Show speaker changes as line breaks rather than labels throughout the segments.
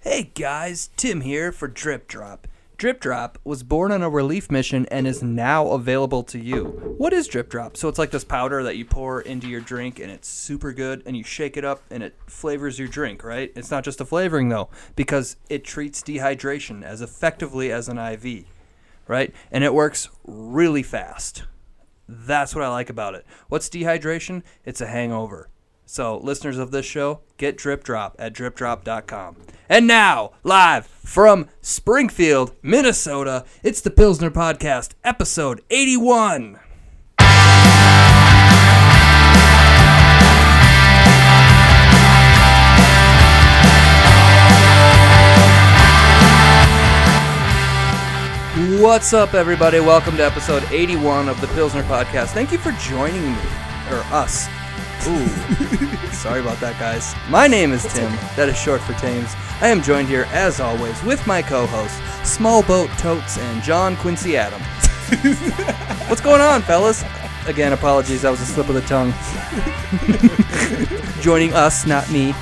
Hey guys, Tim here for Drip Drop. Drip Drop was born on a relief mission and is now available to you. What is Drip Drop? So it's like this powder that you pour into your drink and it's super good and you shake it up and it flavors your drink, right? It's not just a flavoring though, because it treats dehydration as effectively as an IV, right? And it works really fast. That's what I like about it. What's dehydration? It's a hangover. So, listeners of this show, get Drip Drop at dripdrop.com. And now, live from Springfield, Minnesota, it's the Pilsner Podcast, episode 81. What's up, everybody? Welcome to episode 81 of the Pilsner Podcast. Thank you for joining me, or us. Ooh, sorry about that, guys. My name is Tim. That is short for Tames. I am joined here, as always, with my co hosts, Small Boat Totes and John Quincy Adams. What's going on, fellas? Again, apologies. That was a slip of the tongue. joining us, not me.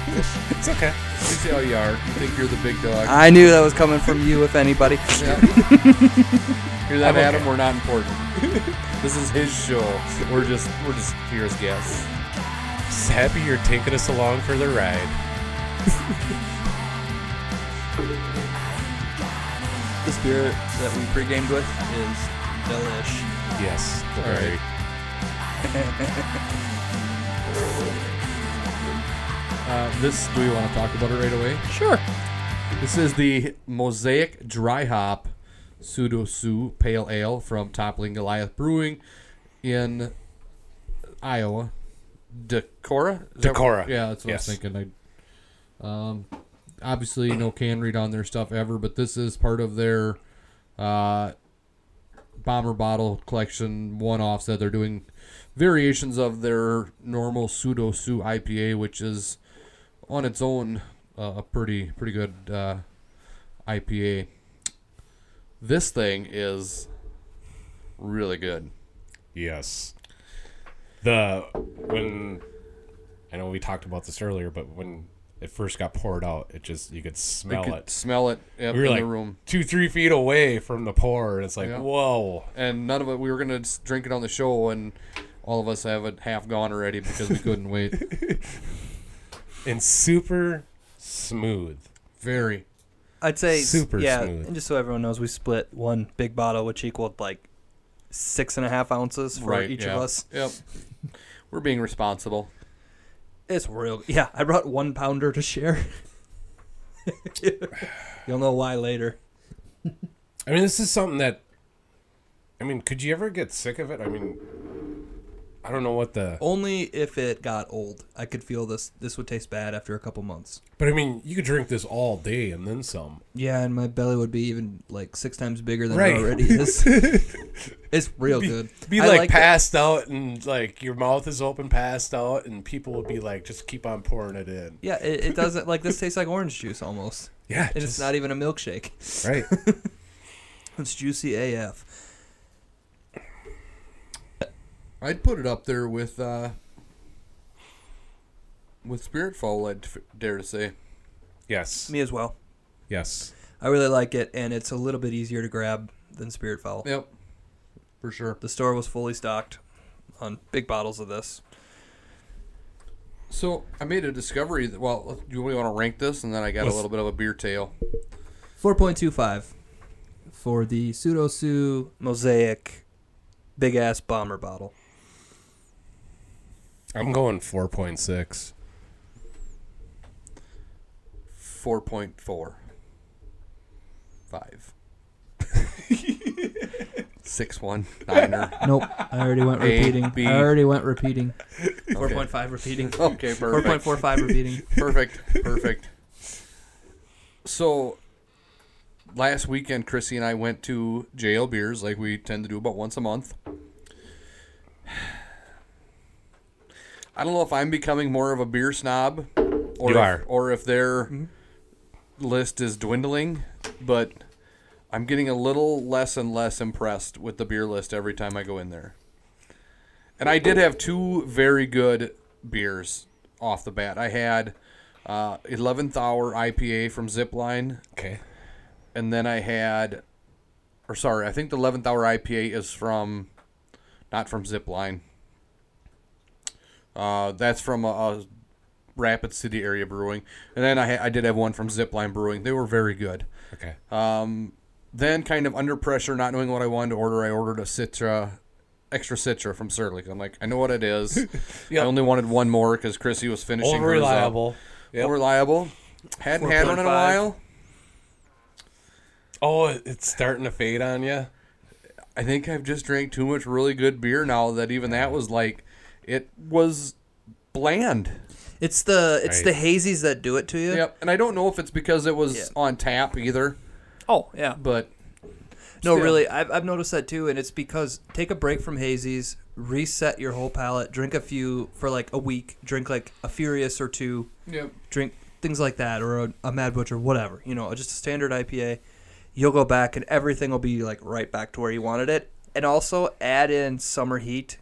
It's okay.
You see how you are. You think you're the big dog.
I knew that was coming from you, if anybody.
You're that
I'm okay.
Adam. We're not important. this is his show. We're just we're just here as guests.
Just happy you're taking us along for the ride.
The spirit that we pre-gamed with is delish.
Yes. All
All
right.
Uh, this do we want to talk about it right away?
Sure.
This is the Mosaic Dry Hop Pseudo Sue Pale Ale from Toppling Goliath Brewing in Iowa. Decorah? Is that-
Decorah.
Yeah, that's what
Yes.
I was thinking. I, um, obviously, no can read on their stuff ever, but this is part of their uh, bomber bottle collection one offs that they're doing variations of their normal pseudo sue IPA, which is on its own uh, a pretty pretty good uh, IPA. This thing is really good.
Yes. The when I know we talked about this earlier, but when it first got poured out, it just you could
You
smell
could
it.
smell it yep,
We were
in
like
the room,
two, three feet away from the pour, and it's like,
Yeah.
whoa.
and none of it. We were gonna just drink it on the show, and all of us have it half gone already because we couldn't wait.
And super smooth.
Very.
I'd say
Super
yeah,
smooth.
And just so everyone knows, we split one big bottle, which equaled like six and a half ounces for
right,
each
yeah.
of us.
Yep. We're being responsible.
It's real. Yeah, I brought one pounder to share. You'll know why later.
I mean, this is something that. I mean, could you ever get sick of it? I mean, I don't know what the.
Only if it got old, I could feel this. This would taste bad after a couple months.
But I mean, you could drink this all day and then some.
Yeah, and my belly would be even like six times bigger than
Right.
it already is. it's real good.
Be
I
like,
it.
passed out and like your mouth is open, passed out, and people would be like, just keep on pouring it in.
Yeah, it, it doesn't like this tastes like orange juice almost,
Yeah,
and it's not e- even a milkshake.
right.
It's juicy AF.
I'd put it up there with uh, with Spiritfall. I'd f- dare to say.
yes,
Me as well.
yes.
I really like it, and it's a little bit easier to grab than Spirit Fowl.
Yep. For sure.
The store was fully stocked on big bottles of this.
So I made a discovery. That, well, do we want to rank this? And then I got a
Let's-
little bit of a beer tail.
Four point two five for the pseudo Sue mosaic big ass bomber bottle.
I'm going four point six.
Four point four. Five. Six one niner.
Nope, I already went
A,
repeating.
B.
I already went repeating.
Four point five repeating.
Okay,
Four
perfect.
point four five repeating.
Perfect. Perfect. So last weekend Chrissy and I went to JL Beers like we tend to do about once a month. I don't know if I'm becoming more of a beer snob or
You
if,
are. Mm-hmm.
or if their list is dwindling, but I'm getting a little less and less impressed with the beer list every time I go in there. And I did have two very good beers off the bat. I had uh, 11th Hour IPA from Zipline.
Okay.
And then I had, or sorry, I think the 11th Hour IPA is from, not from Zipline. Uh, that's from a, a Rapid City area brewing. And then I, ha- I did have one from Zipline Brewing. They were very good.
Okay.
Then, kind of under pressure, not knowing what I wanted to order, I ordered a Citra, extra Citra from Surly. I'm like, I know what it is. I only wanted one more because Chrissy was finishing.
Over
hers up.
reliable.
Over reliable. Hadn't had one in
4.5.
a while.
Oh, it- it's starting to fade on you.
I think I've just drank too much really good beer now that even that was like, it was bland.
It's the it's
Right.
the hazies that do it to you.
Yep. And I don't know if it's because it was
Yeah.
on tap either,
Oh yeah.
but
No,
Still.
really, I've, I've noticed that too, and it's because take a break from hazies, reset your whole palate, drink a few for like a week, drink like a Furious or two,
yep.
drink things like that, or a, a Mad Butcher, whatever, you know, just a standard IPA. You'll go back and everything will be like right back to where you wanted it. And also add in summer heat,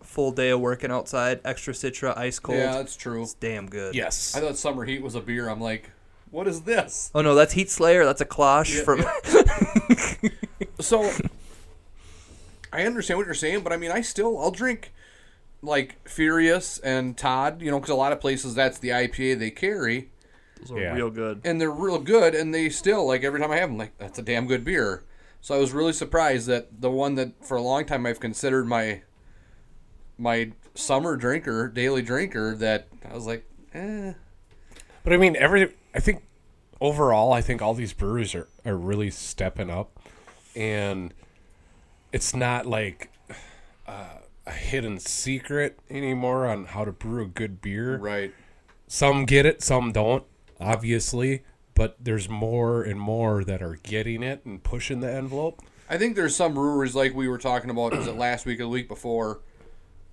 full day of working outside, extra citra, ice cold.
yeah, that's true.
It's damn good.
Yes.
I thought Summer Heat was a beer. I'm like, what is this?
Oh no, that's Heat Slayer. That's a cloche
Yeah,
from.
So I understand what you're saying, but I mean, I still I'll drink like Furious and Todd, you know, because a lot of places that's the IPA they carry,
Those are
Yeah.
real good.
and they're real good, and they still like every time I have them, like that's a damn good beer. So I was really surprised that the one that for a long time I've considered my my summer drinker, daily drinker, that I was like, eh,
But I mean, every I think overall, I think all these breweries are, are really stepping up, and it's not like uh, a hidden secret anymore on how to brew a good beer.
right,
Some get it, some don't, obviously. But there's more and more that are getting it and pushing the envelope.
I think there's some breweries like we were talking about. Was it last week or the week before,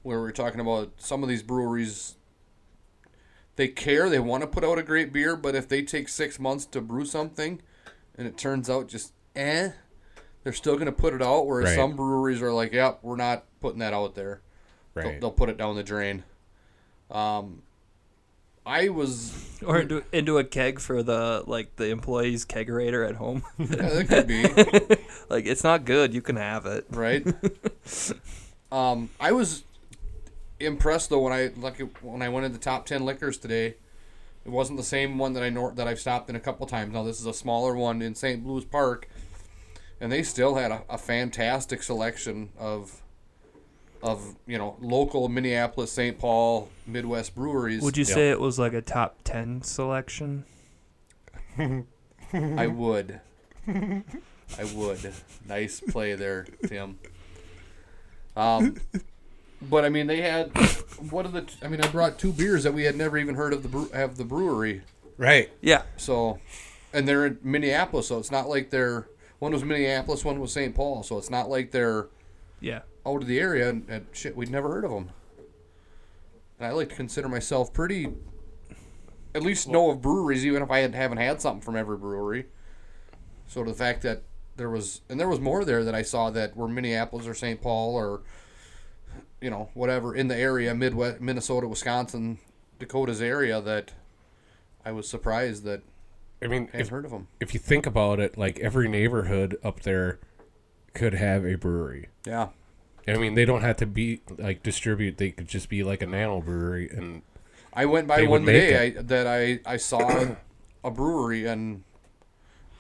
where we were talking about some of these breweries. They care. They want to put out a great beer, but if they take six months to brew something, and it turns out just eh, they're still going to put it out. Whereas
Right.
some breweries are like, "Yep, we're not putting that out there. They'll- They'll, put it down the drain." Um, I was
Or into, into a keg for the like the employee's kegerator at home.
yeah, that could be.
like it's not good. You can have it.
right? um, I was impressed though when I like when I went into top ten liquors today. It wasn't the same one that I nor- that I've stopped in a couple times. Now this is a smaller one in St. Louis Park, and they still had a, a fantastic selection of of you know local Minneapolis, St. Paul, Midwest breweries.
Would you
Yeah.
say it was like a top ten selection?
I would. I would. Nice play there, Tim. Um, but I mean, they had what are the? I mean, I brought two beers that we had never even heard of the brew, have the brewery.
Right.
Yeah.
So, and they're in Minneapolis, so it's not like they're one was Minneapolis, one was St. Paul, so it's not like they're
Yeah.
out of the area and, and shit. We'd never heard of them. And I like to consider myself pretty, at least know of breweries, even if I had, haven't had something from every brewery. So the fact that there was, and there was more there that I saw that were Minneapolis or St. Paul or, you know, whatever in the area, Midwest, Minnesota, Wisconsin, Dakota's area that I was surprised that
I mean,
I
if,
hadn't heard of them.
if you think about it, like every neighborhood up there could have a brewery.
Yeah.
I mean, they don't have to be like distribute. They could just be like a nano brewery, and
I went by
They would
one
make
day I, that I, I saw a brewery in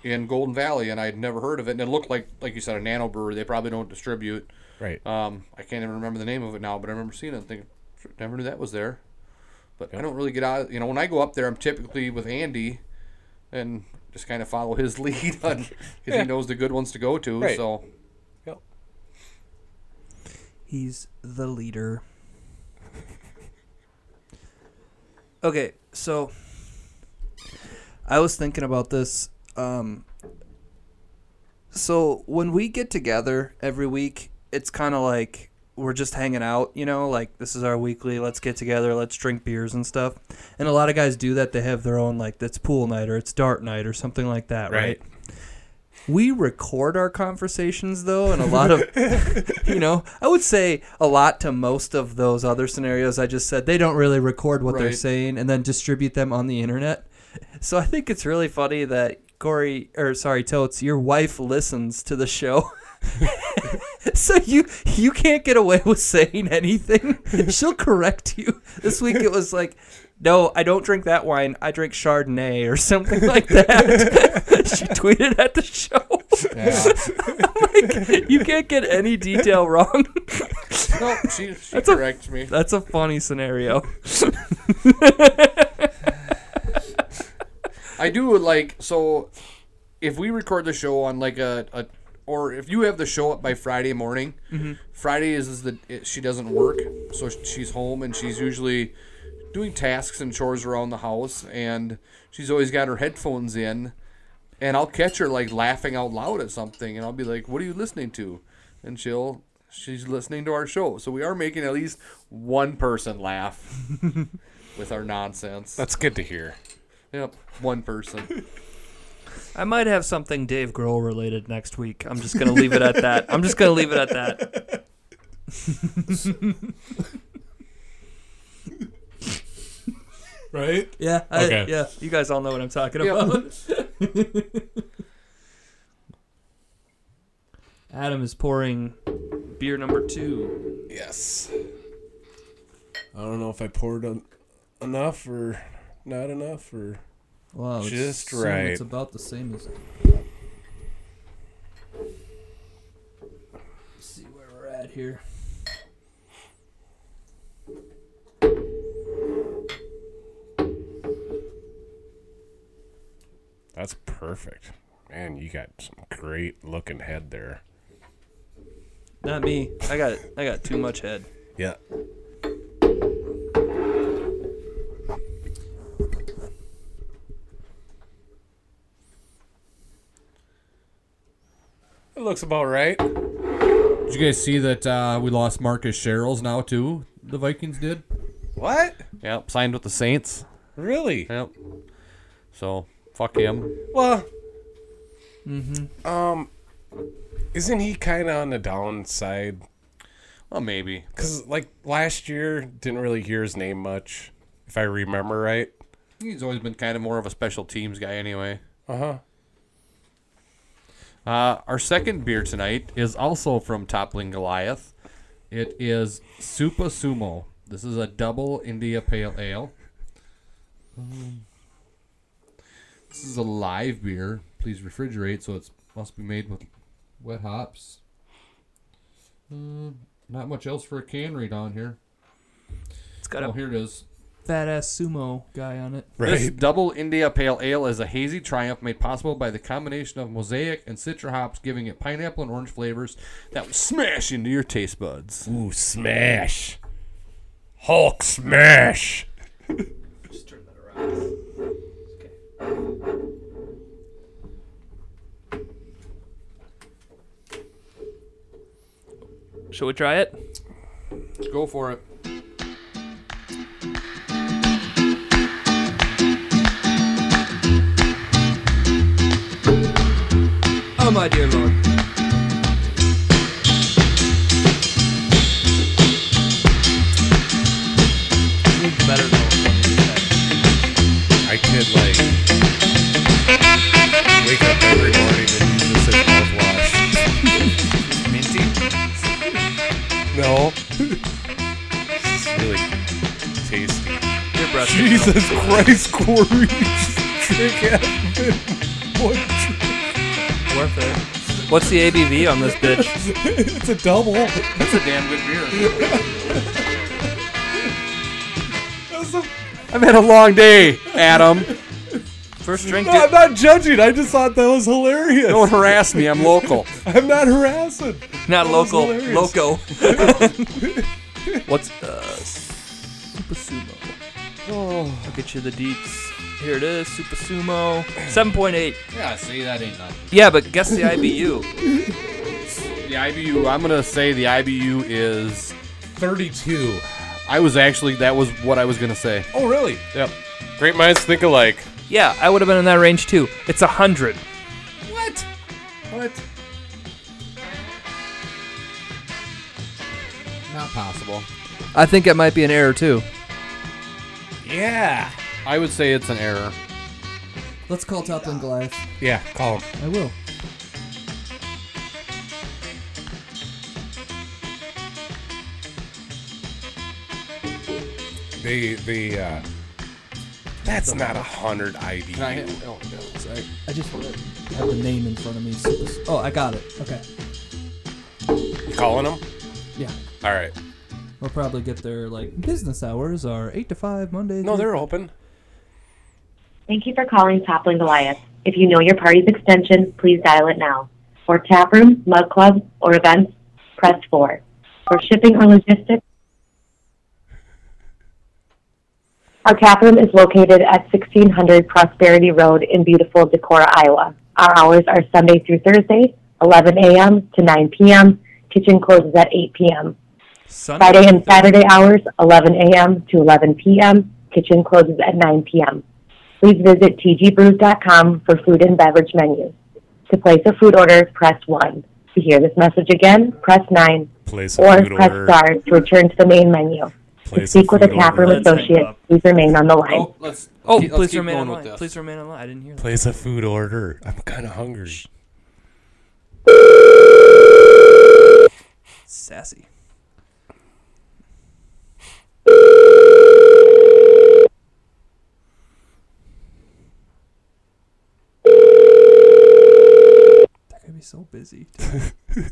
in Golden Valley and I'd never heard of it and it looked like like you said a nano brewery they probably don't distribute.
right.
Um, I can't even remember the name of it now, but I remember seeing it and thinking never knew that was there. But I
Yep.
don't really get out. You know, when I go up there, I'm typically with Andy and just kind of follow his lead on because he knows the good ones to go to.
Right.
So
He's the leader. Okay, so I was thinking about this. Um, so when we get together every week, it's kind of like we're just hanging out, you know, like this is our weekly, let's get together, let's drink beers and stuff. And a lot of guys do that. They have their own, like, that's pool night or it's dart night or something like that, right? We record our conversations though, and a lot of, you know, I would say a lot to most of those other scenarios I just said. They don't really record what they're
Right.
saying and then distribute them on the internet. So I think it's really funny that Corey, or sorry, Totes, your wife listens to the show. so you you can't get away with saying anything. She'll correct you. This week it was like, no, I don't drink that wine. I drink Chardonnay or something like that. she tweeted at the show.
Yeah.
like, you can't get any detail wrong.
no, she, she
That's a-
corrects me.
That's a funny scenario.
I do like so if we record the show on like a, a or if you have the show up by Friday morning, Friday is, is the it, she doesn't work, so sh- she's home and she's usually doing tasks and chores around the house, and she's always got her headphones in, and I'll catch her like laughing out loud at something, and I'll be like, "What are you listening to?" And she'll she's listening to our show, so we are making at least one person laugh with our nonsense.
That's good to hear.
Yep, one person.
I might have something Dave Grohl related next week. I'm just gonna leave it at that. I'm just gonna leave it at that.
Right?
Yeah. I-
Okay.
Yeah. You guys all know what I'm talking
Yep.
about. Adam is pouring beer number two.
Yes. I don't know if I poured en- enough or not enough or
Wow, it's
Just
soon
right.
It's about the same as. Let's see where we're at here.
that's perfect. Man, you got some great looking head there.
Not me. I got I got too much head.
Yeah. It looks about right.
Did you guys see that uh, we lost Marcus Sherrills now too? The Vikings did.
What?
Yep, signed with the Saints.
Really?
Yep. So fuck him.
Well, um, isn't he kind of on the downside?
Well, maybe.
Cause like last year, didn't really hear his name much, if I remember right.
He's always been kind of more of a special teams guy, anyway.
Uh huh.
Uh, our second beer tonight is also from Toppling Goliath. It is Supa Sumo. This is a double India Pale Ale. Um, this is a live beer. Please refrigerate, so it must be made with wet hops. Um, not much else for a can read on here.
It's got
Oh,
a
here it is.
fat ass sumo guy on it.
Right.
This double India Pale Ale is a hazy triumph made possible by the combination of mosaic and citra hops, giving it pineapple and orange flavors that will smash into your taste buds.
Ooh, smash! Hulk smash!
Just turn that around. Okay. Shall we try it?
Let's go for it.
Oh, my dear Lord. Better than what
I could like wake up every morning and use this as mouthwash.
we had. Minty?
No, it's really tasty.
Your breath smells-
Jesus Christ, Corey! Drink half of it.
Worth it. What's the ABV on this bitch?
It's a double. That's
That's a damn good beer.
a,
I've had a long day, Adam.
First drink.
no, I'm
Did,
not judging. I just thought that was hilarious.
Don't harass me. I'm local.
I'm not harassing.
not
was
local.
hilarious.
Loco. What's uh? Super Sumo.
Oh,
I'll get you the deets. Here it is. Super Sumo. Seven point eight.
Yeah, see, that ain't nothing.
Yeah, but guess the IBU.
The IBU, I'm going to say the IBU is.
32.
I was actually, that was what I was going to say.
Oh, really?
Yep.
Great minds think alike.
Yeah, I would have been in that range too. It's a hundred.
What?
possible.
I think it might be an error too.
Yeah.
I would say it's an error.
Let's call Toppling Glass.
Yeah, call him.
I will.
The the uh that's not a hundred IBU.
Can I hit? Oh, no.
Sorry. I just want to have the name in front of me. so this- Oh, I got it. Okay.
You Calling him.
Yeah.
All right.
We'll probably get their like business hours are eight to five Monday.
No,
Oh,
through-
they're open.
Thank you for calling Toppling Goliath. If you know your party's extension, please dial it now. For taproom, mug club, or events, press 4. For shipping or logistics, our taproom is located at 1600 Prosperity Road in beautiful Decorah, Iowa. Our hours are Sunday through Thursday, 11 a.m. to 9 p.m. Kitchen closes at 8 p.m.
Sunday.
Friday and Saturday hours, 11 a.m. to 11 p.m. Kitchen closes at 9 p.m. Please visit tgbrews.com for food and beverage menus. To place a food order, press 1. To hear this message again, press 9
Place a
or
food
press
order.
star to return to the main menu. To
Place a
speak with a
food order.
taproom
Let's hang
associate,
up.
please remain on the line.
Oh, let's.
Oh,
keep- let's
please
keep
remain
going
online.
with this.
Please remain online. I didn't hear that.
Place a food order. I'm kind of hungry.
Sassy. They're gonna be so busy.
We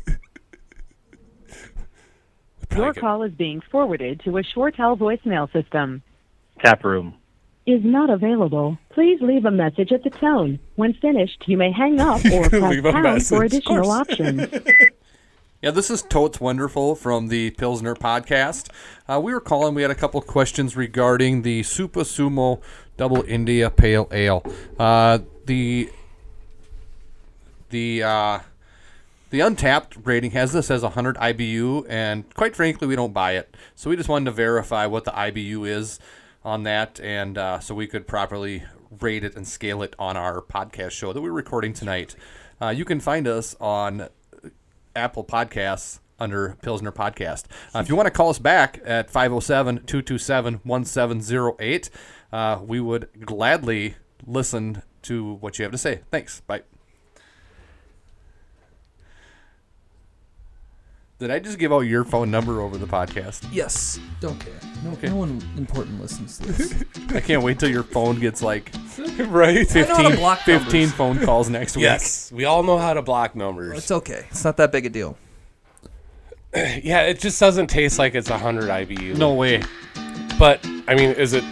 probably
Your
could-
call is being forwarded to a Shortel voicemail system.
Tap room.
Is not available. Please leave a message at the tone. When finished, you may hang up or press
Leave a
pound for
message, of
additional
course.
options.
Yeah, this is Totes Wonderful from the Pilsner podcast. Uh, we were calling. We had a couple questions regarding the Super Sumo Double India Pale Ale. Uh, the the uh, the Untapped rating has this as 100 IBU, and quite frankly, we don't buy it. So we just wanted to verify what the IBU is on that, and uh, so we could properly rate it and scale it on our podcast show that we're recording tonight. Uh, you can find us on Apple Podcasts under Pilsner Podcast. Uh, if you want to call us back at 507 227 1708, uh, we would gladly listen to what you have to say. Thanks. Bye. Did I just give out your phone number over the podcast?
yes.
Don't care. No,
Okay.
no one important listens to this.
I can't wait till your phone gets like
right.
know how to
15,
block
15
numbers.
phone calls next week.
Yes, we all know how to block numbers.
It's okay. It's not that big a deal.
Yeah, it just doesn't taste like it's 100 IBU.
No way.
But I mean, is it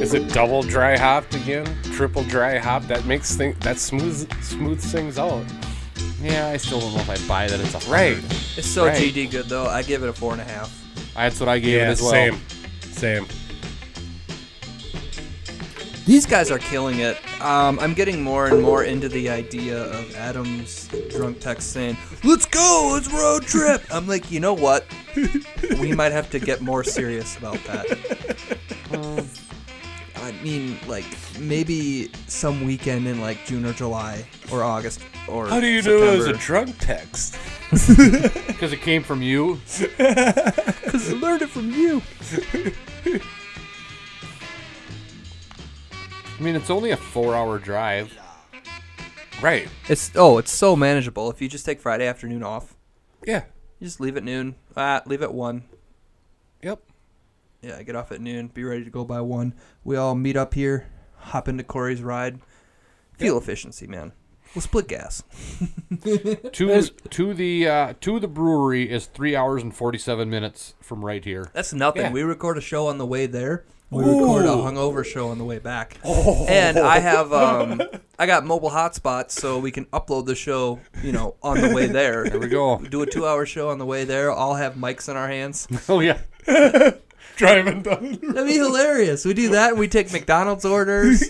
is it double dry hopped again? Triple dry hopped? That makes things that smooth smooths things out.
Yeah, I still don't know if I buy that. It's a
Right.
It's so
Right.
GD good though. I give it a four and a half.
That's what I gave it
Yeah.
as well.
Same. Same.
These guys are killing it. Um, I'm getting more and more into the idea of Adam's drunk text saying, "Let's go, let's road trip." I'm like, you know what? we might have to get more serious about that. Um, I mean, like maybe some weekend in like June or July or August or
How do you know it was a drug text?
Because it came from you.
Because I learned it from you.
I mean, it's only a four hour drive.
Right.
It's oh, it's so manageable if you just take Friday afternoon off.
Yeah.
You just leave at noon. Ah, leave at one.
Yep.
Yeah, I get off at noon, be ready to go by one. We all meet up here, hop into Corey's ride. Fuel efficiency, man. We'll split gas.
to to the uh, to the brewery is three hours and forty seven minutes from right here.
That's nothing.
Yeah.
We record a show on the way there. We record a
Ooh.
hungover show on the way back. And I have um I got mobile hotspots so we can upload the show, you know, on the way there. There
we go.
Do a two hour show on the way there. All have mics in our hands.
Oh yeah,
Driving down. the road.
That'd be hilarious. We do that. We take McDonald's orders.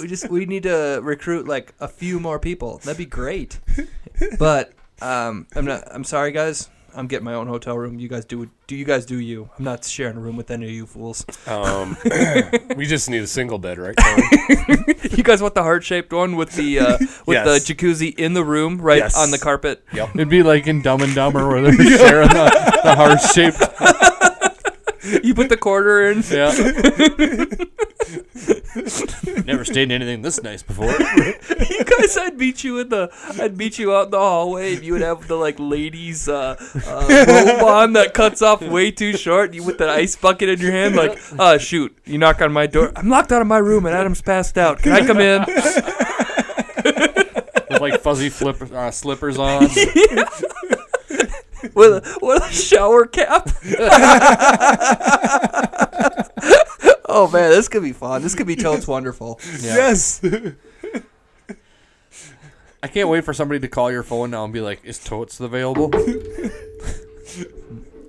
We just we need to recruit like a few more people. That'd be great. But um, I'm not. I'm sorry, guys. I'm getting my own hotel room. You guys do do you guys do you? I'm not sharing a room with any of you fools.
Um, we just need a single bed, right? Colin?
you guys want the heart shaped one with the uh, with
Yes.
the jacuzzi in the room, right
Yes.
on the carpet?
It'd be like in Dumb and Dumber where they're sharing the, the
Oh,
heart shaped.
You put the quarter in.
Yeah. Never stayed in anything this nice before.
you guys, I'd meet you in the, I'd meet you out in the hallway, and you would have the like ladies' uh, uh, robe on that cuts off way too short. You with that ice bucket in your hand, like, uh, shoot, you knock on my door. I'm locked out of my room, and Adam's passed out. Can I come in?
With like fuzzy flip, uh, slippers on.
With a, with a shower cap. oh man, this could be fun. This could be totes wonderful.
Yes.
I can't wait for somebody to call your phone now and be like, is totes available?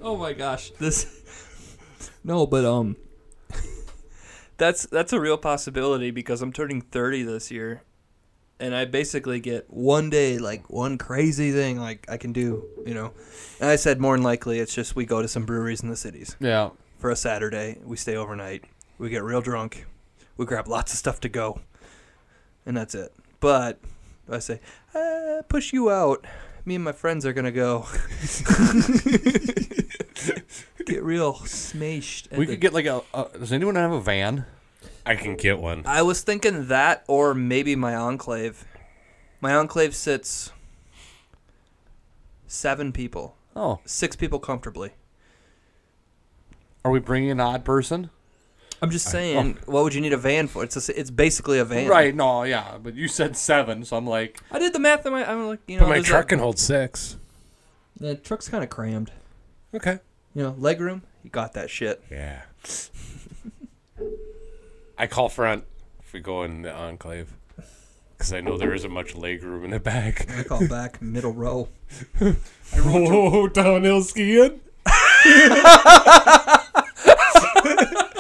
Oh my gosh, this.
No, but um,
That's that's a real possibility because I'm turning 30 this year, and I basically get one day like one crazy thing like I can do, you know. And I said more than likely it's just we go to some breweries in the cities
Yeah.
for a Saturday, we stay overnight, we get real drunk, we grab lots of stuff to go, and that's it. But I say uh, push you out. Me and my friends are gonna go. get real smashed. at
We
the
could get like a, a. Does anyone have a van?
I can get one.
I was thinking that or maybe my enclave. My enclave sits seven people,
Oh.
six people comfortably.
Are we bringing an odd person?
I'm just saying, what would you need a van for? It's a s it's basically a van.
Right. No, yeah. But you said seven, so I'm like,
I did the math in my I'm like, you know,
But my
there's a-
truck can hold six.
the truck's kind of crammed.
Okay.
You know, leg room, you got that shit.
Yeah. I call front if we go in the enclave because I know there isn't much leg room in the back.
I call back middle row.
Whoa, Oh, downhill skiing.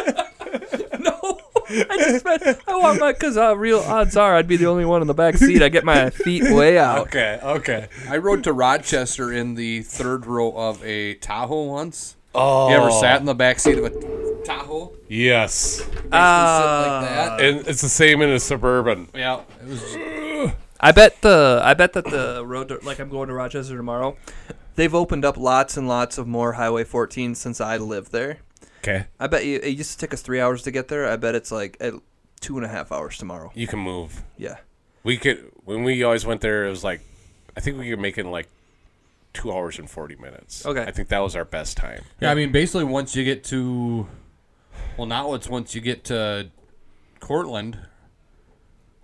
No, I just meant I want my because uh, real odds are I'd be the only one in the back seat. I get my feet way out.
Okay. Okay.
I rode to Rochester in the third row of a Tahoe once.
Oh.
You ever sat in the back seat of a Tahoe?
Yes. Uh.
Ah.
like that.
And it's the same in a suburban.
yeah, it was.
I bet the I bet that the road to, like I'm going to Rochester tomorrow. They've opened up lots and lots of more Highway 14 since I lived there.
Okay.
I bet you it used to take us three hours to get there. I bet it's like at two and a half hours tomorrow.
You can move.
Yeah,
We could when we always went there. It was like, I think we could make it in like two hours and forty minutes.
Okay.
I think that was our best time.
Yeah, I mean, basically, once you get to, well, now it's once you get to Cortland,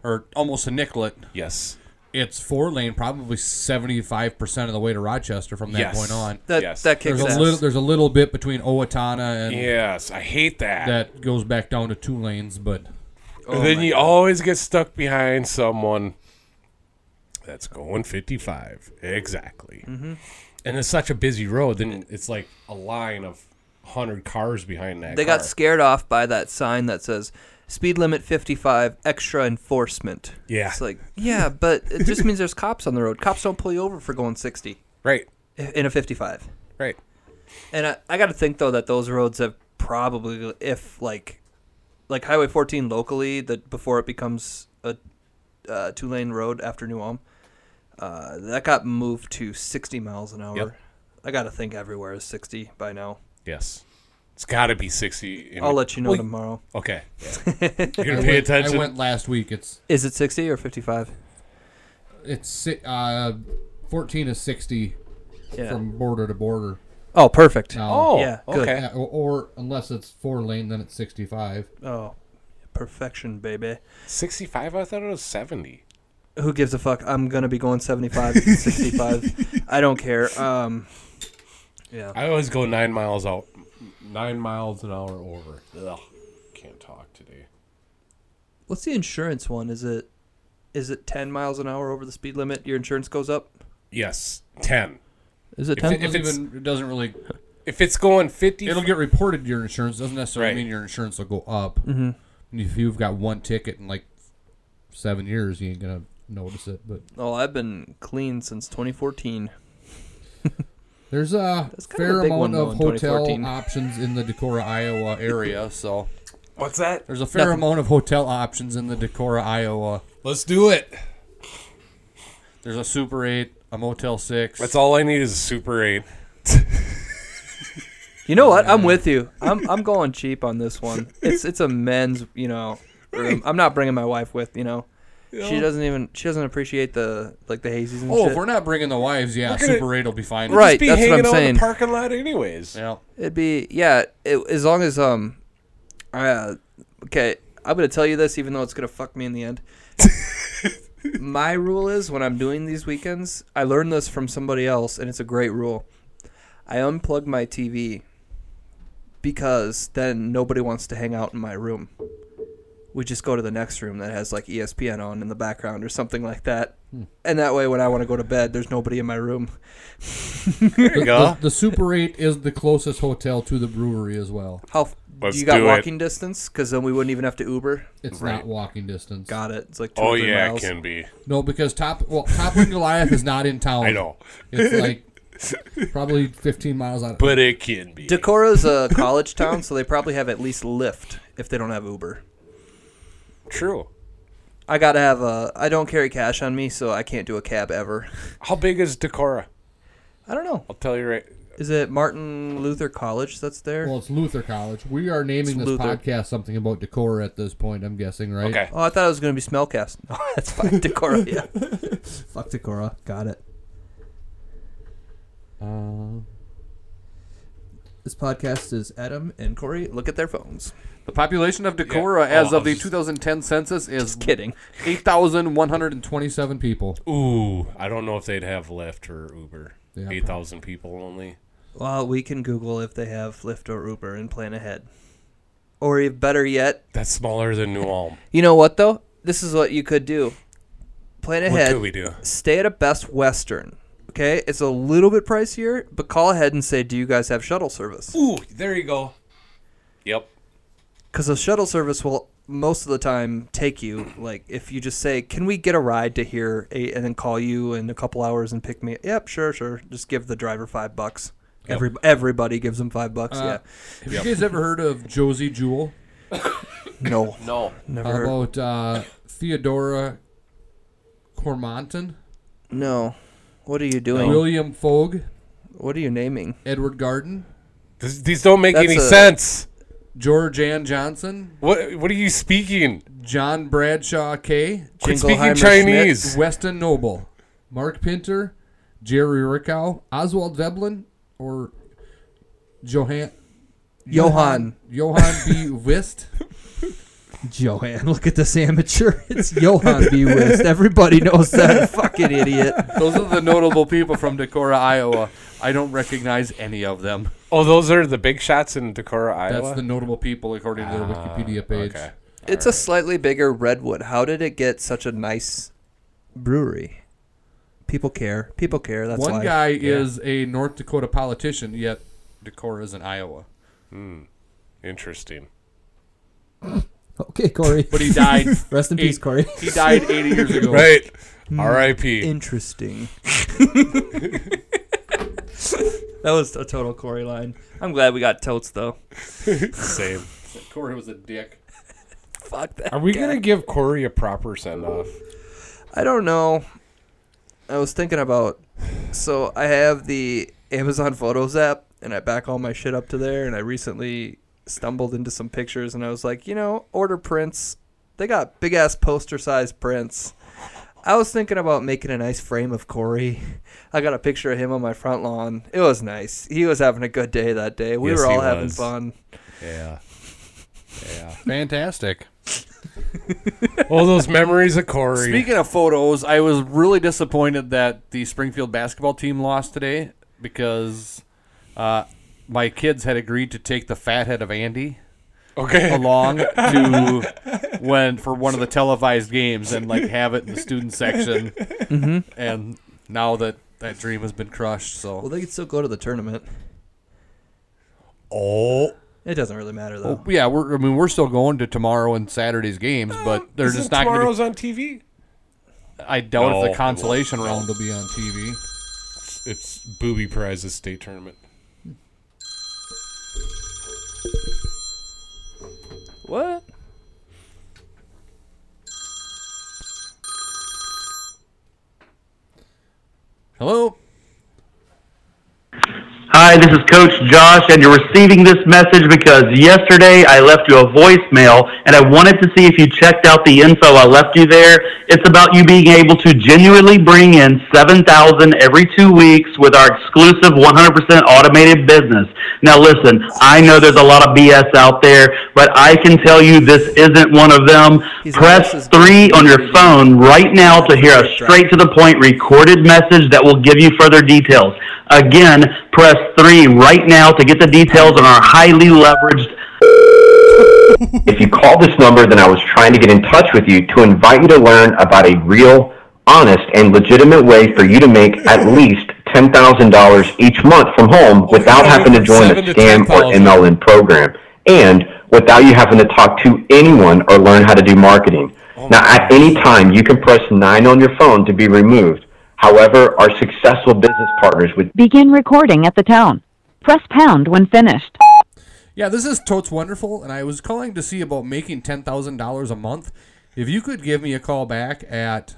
or almost to Nicollet,
Yes.
it's four lane, probably seventy five percent of the way to Rochester from that
Yes.
point on.
that
Yes.
that
There's
kicks
a
ass.
little, there's a little bit between Owatonna and
Yes. I hate that.
that goes back down to two lanes, but
Oh
then
my
you
God.
always get stuck behind someone that's going 55 exactly
Mm-hmm.
and it's such a busy road then it's like a line of 100 cars behind that
they
car.
got scared off by that sign that says speed limit 55 extra enforcement.
Yeah.
it's like yeah, but it just means there's cops on the road. Cops don't pull you over for going 60
right
in a 55.
right
And I, I got to think though that those roads have probably, if like, like Highway 14 locally, that before it becomes a uh, two lane road after New Ulm, uh, that got moved to 60 miles an hour.
Yep.
I got to think everywhere is 60 by now.
yes it's got to be 60 in-
I'll let you know
Wait,
tomorrow.
okay you're
I
gonna pay
went, I
attention
went last week. It's
Is it 60 or 55?
it's si- uh, fourteen to sixty
Yeah.
from border to border.
oh, perfect.
Now,
oh
Yeah, good.
okay
yeah, or, or unless it's four lane, then it's sixty five.
Oh, perfection, baby.
65 i thought it was 70
Who gives a fuck? I'm gonna be going 75, 65. I don't care. Um, yeah.
i always go nine miles out nine miles an hour over Ugh. can't talk today
What's the insurance one? Is it is it ten miles an hour over the speed limit? Your insurance goes up.
yes 10
Is it
If it-
ten?
if
Doesn't
it's-
even- it doesn't really
if it's going 50
it'll get reported to your insurance. Doesn't necessarily
Right.
mean your insurance will go up.
Mm-hmm.
And If you've got one ticket in like seven years, you ain't gonna notice it. But
Oh, I've been clean since 2014.
There's a
kind of
fair
a big
amount
one, though,
of
in
hotel
2014.
options in the Decorah, Iowa area, so
What's that?
there's a fair amount of hotel options in the Decorah, Iowa.
Let's do it.
There's a Super 8, a Motel Oh, 6.
That's all I need is a Super 8.
You know what? I'm with you. I'm I'm going cheap on this one. It's it's a men's, you know. Room. I'm not bringing my wife with. You know, she doesn't even she doesn't appreciate the like the hazies and
Oh,
shit.
if we're not bringing the wives, yeah,
gonna-
Super 8 will be fine.
Right,
Just be
that's what
hanging
I'm
out in
saying.
the parking lot anyways.
Yeah.
It'd be yeah. It, as long as um, uh, okay. I'm gonna tell you this, even though it's gonna fuck me in the end. My rule is when I'm doing these weekends, I learned this from somebody else, and it's a great rule. I unplug my TV because then nobody wants to hang out in my room. We just go to the next room that has like E ESPN on in the background or something like that.
Hmm.
And that way, when I want to go to bed, there's nobody in my room.
There you go.
The, the Super 8 is the closest hotel to the brewery as well.
How
Let's
do you got
do it.
walking distance? Because then we wouldn't even have to Uber.
It's
Right.
not walking distance.
Got it. It's like two
Oh
or three
yeah,
miles.
it can be.
No, because Top well, Toppling Goliath is not in town.
I know,
It's like probably 15 miles out. Of,
but it can be.
Decora's a college town, so they probably have at least Lyft if they don't have Uber.
True.
I gotta have a. I don't carry cash on me, so I can't do a cab ever.
How big is Decorah?
I don't know.
I'll tell you right.
Is it Martin Luther College that's there?
well, it's Luther College. We are naming
It's
this
Luther.
podcast something about decor at this point. I'm guessing, right?
Okay.
oh, I thought it was gonna be Smellcast. No, that's fine. Decora, yeah.
Fuck Decorah. Got it.
Uh,
This podcast is Adam and Corey.
Corey, look at their phones.
the population of Decorah
Decorah Yeah. Oh,
as of
as I of was
the
the just-
2010 census is
Kidding.
8,127 people.
Ooh, I don't know if they'd have Lyft or Uber.
Yeah,
Eight thousand people only.
Well, we can Google if they have Lyft or Uber and plan ahead. Or even better yet,
That's smaller than New Ulm.
you know what though? This is what you could do. Plan
What
ahead.
could we do?
stay at a Best Western. Okay, it's a little bit pricier, but call ahead and say, "Do you guys have shuttle service?"
Ooh, there you go. Yep.
Because the shuttle service will most of the time take you. Like if you just say, "Can we get a ride to here?" eh, and then call you in a couple hours and pick me. Yep, sure, sure. Just give the driver five bucks. Every everybody gives them five bucks.
Uh,
Have you guys ever heard of Josie Jewell?
yeah, no,
No.
never.
How
heard-
about uh, Theodora Cormonton,
No, what are you doing?
William Fogg,
What are you naming?
Edward Garden,
This, these don't make
That's
any
a-
sense.
George Ann Johnson,
What What are you speaking?
John Bradshaw K,
Quit
Jingleheimer
speaking
Schmidt?
Chinese.
Weston Noble, Mark Pinter, Jerry Rickow, Oswald Veblen, or Johan
Johan.
Johan B. Wist.
Johan, look at this amateur. It's Johan B. West. Everybody knows that fucking idiot.
Those are the notable people from Decorah, Iowa. I don't recognize any of them.
Oh, those are the big shots in Decorah, Iowa.
That's the notable people according to their Wikipedia page.
Okay.
It's a slightly bigger redwood. How did it get such a nice brewery? People care. People care. That's
One
life.
guy is a North Dakota politician, yet Decorah is in Iowa.
Interesting.
Okay, Corey.
But he died.
Rest in peace,
eight-
Corey.
He died 80 years ago.
Right. R.I.P.
Interesting. that was a total Corey line. I'm glad we got totes though.
Same.
Corey was a dick.
Fuck that.
Are we gonna give Corey a proper send off?
I don't know. I was thinking about. So I have the Amazon Photos app, and I back all my shit up to there. And I recently stumbled into some pictures, and I was like, you know, order prints. They got big ass poster size prints. I was thinking about making a nice frame of Corey. I got a picture of him on my front lawn. It was nice. He was having a good day that day. We
Yes,
were
he
all having
was.
fun.
Yeah. Yeah.
Fantastic.
All those memories of Corey.
Speaking of photos, I was really disappointed that the Springfield basketball team lost today because uh, my kids had agreed to take the fathead of Andy
okay.
along to when for one of the televised games and like have it in the student section. And now that that dream has been crushed,
Well,
so
they could still go to the tournament.
Oh.
It doesn't really matter though.
Well, yeah, we're I mean we're still going to tomorrow and Saturday's games, but they're just not. Gonna
tomorrow's on TV.
be, I doubt if
No, it
the
won't.
consolation round will be on TV.
it's booby prizes state tournament.
What?
Hello?
Hi, this is Coach Josh, and you're receiving this message because yesterday I left you a voicemail, and I wanted to see if you checked out the info I left you there. It's about you being able to genuinely bring in 7,000 every two weeks with our exclusive 100% automated business. Now listen, I know there's a lot of BS out there, but I can tell you this isn't one of them.
He's almost as
Press
good as
3 on your
you.
phone right now to hear a straight to the point recorded message that will give you further details. Again, press 3 right now to get the details on our highly leveraged
If you call this number, then I was trying to get in touch with you to invite you to learn about a real, honest, and legitimate way for you to make at least $10,000 each month from home without
yeah,
having to join a
seven to
scam or
10,000.
MLM program and without you having to talk to anyone or learn how to do marketing.
Oh
now, at any time, you can press 9 on your phone to be removed. However, our successful business partners would
Begin recording at the tone. Press pound when finished.
Yeah, this is Totes Wonderful, and I was calling to see about making $10,000 a month. If you could give me a call back at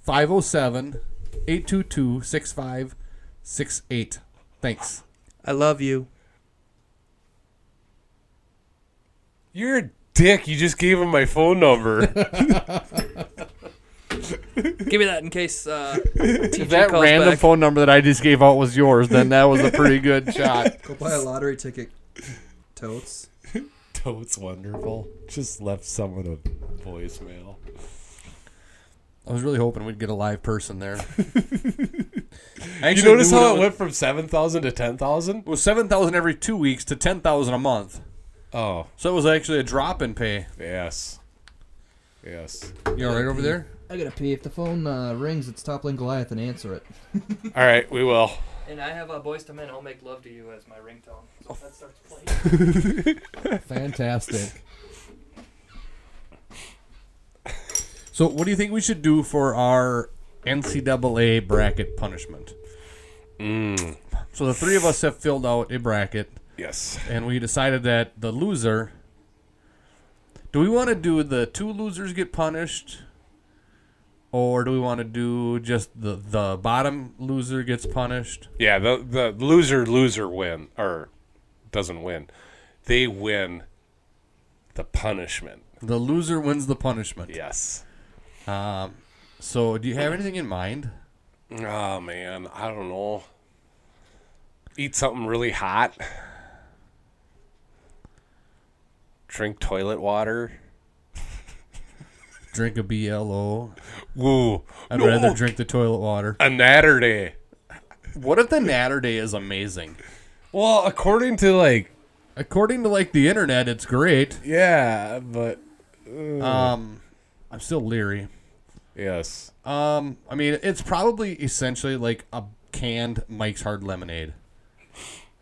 507 822 6568. Thanks.
I love you.
You're a dick. You just gave him my phone number.
Give me that in case uh, TG
That
calls
random
back.
phone number that I just gave out was yours, then that was a pretty good shot.
Go buy a lottery ticket. Totes.
Toad's wonderful. Just left someone a voicemail.
I was really hoping we'd get a live person there.
You notice how it went from seven thousand to ten thousand?
It was 7,000 every two weeks to 10,000 a month.
Oh
So it was actually a drop in pay.
yes, yes.
You all right over there?
I gotta pee. If the phone uh, rings, it's toppling Goliath and answer it.
All right, we will.
And I have uh, Boys to Men, I'll Make Love to You as my ringtone. So that starts playing.
Fantastic. so, what do you think we should do for our NCAA bracket punishment? So, the three of us have filled out a bracket,
Yes.
and we decided that the loser. Do we want to do the two losers get punished? Or do we want to do just the, the bottom loser gets punished?
Yeah, the the loser loser win or doesn't win. They win the punishment.
The loser wins the punishment.
Yes.
So, do you have anything in mind?
Oh man, I don't know. Eat something really hot. Drink toilet water.
Drink a BLO.
Woo.
I'd rather drink the toilet water.
a natter day.
What if the Natter Day is amazing?
Well, according to like
According to like the internet, it's great.
yeah, but
Um, I'm still leery.
yes.
Um, I mean, it's probably essentially like a canned Mike's Hard Lemonade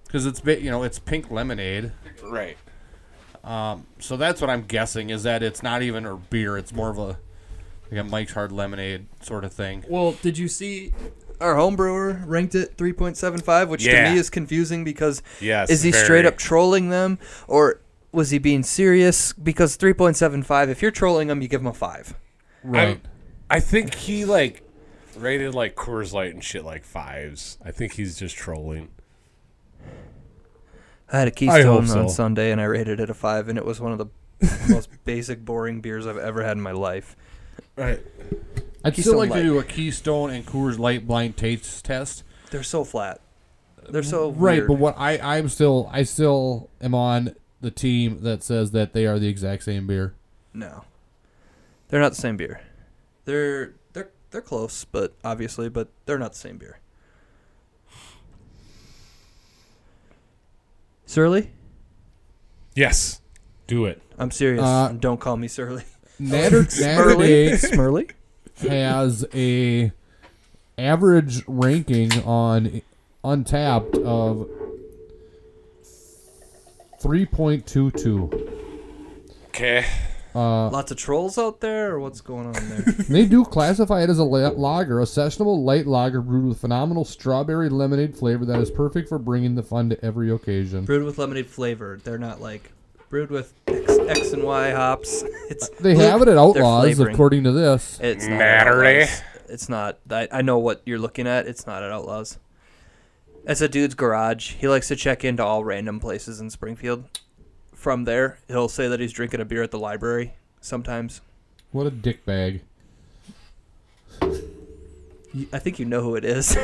because it's bit you know it's pink lemonade. Um,
Right.
So that's what I'm guessing is that it's not even a beer. It's more of a like a Mike's Hard Lemonade sort of thing.
Well, did you see our home brewer ranked it 3.75, which to
Yeah.
me is confusing because
Yes,
is he
very.
straight up trolling them or was he being serious? Because 3.75, if you're trolling them, you give them a 5.
Right.
I think he like rated like Coors Light and shit like fives. I think he's just trolling.
I had a Keystone
hope
on
so.
Sunday and I rated it a 5, and it was one of the most basic, boring beers I've ever had in my life.
Right.
I'd still
Keystone
like
Light.
to do a Keystone and Coors Light blind taste test.
They're so flat. They're so
Right,
weird.
but what I I'm still I still am on the team that says that they are the exact same beer.
No, they're not the same beer. They're they're they're close, but obviously, but they're not the same beer. Surly,
Yes. Do it.
I'm serious.
Uh,
and don't call me Surly.
Natter, Natter
Smurly.
Day
Smurly.
has a average ranking on Untapped of 3.22.
Okay.
Uh,
Lots of trolls out there, or what's going on there?
They do classify it as a la- lager, a sessionable light lager brewed with phenomenal strawberry lemonade flavor that is perfect for bringing the fun to every occasion.
brewed with lemonade flavor. They're not like brewed with X, X and Y hops. It's
They have it at
They're
Outlaws,
flavoring.
according to this.
It's not
Nattery.
Nattery. It's not. I, I know what you're looking at. It's not at Outlaws. It's a dude's garage. He likes to check into all random places in Springfield. From there, he'll say that he's drinking a beer at the library sometimes.
What a dickbag.
You- I think you know who it is.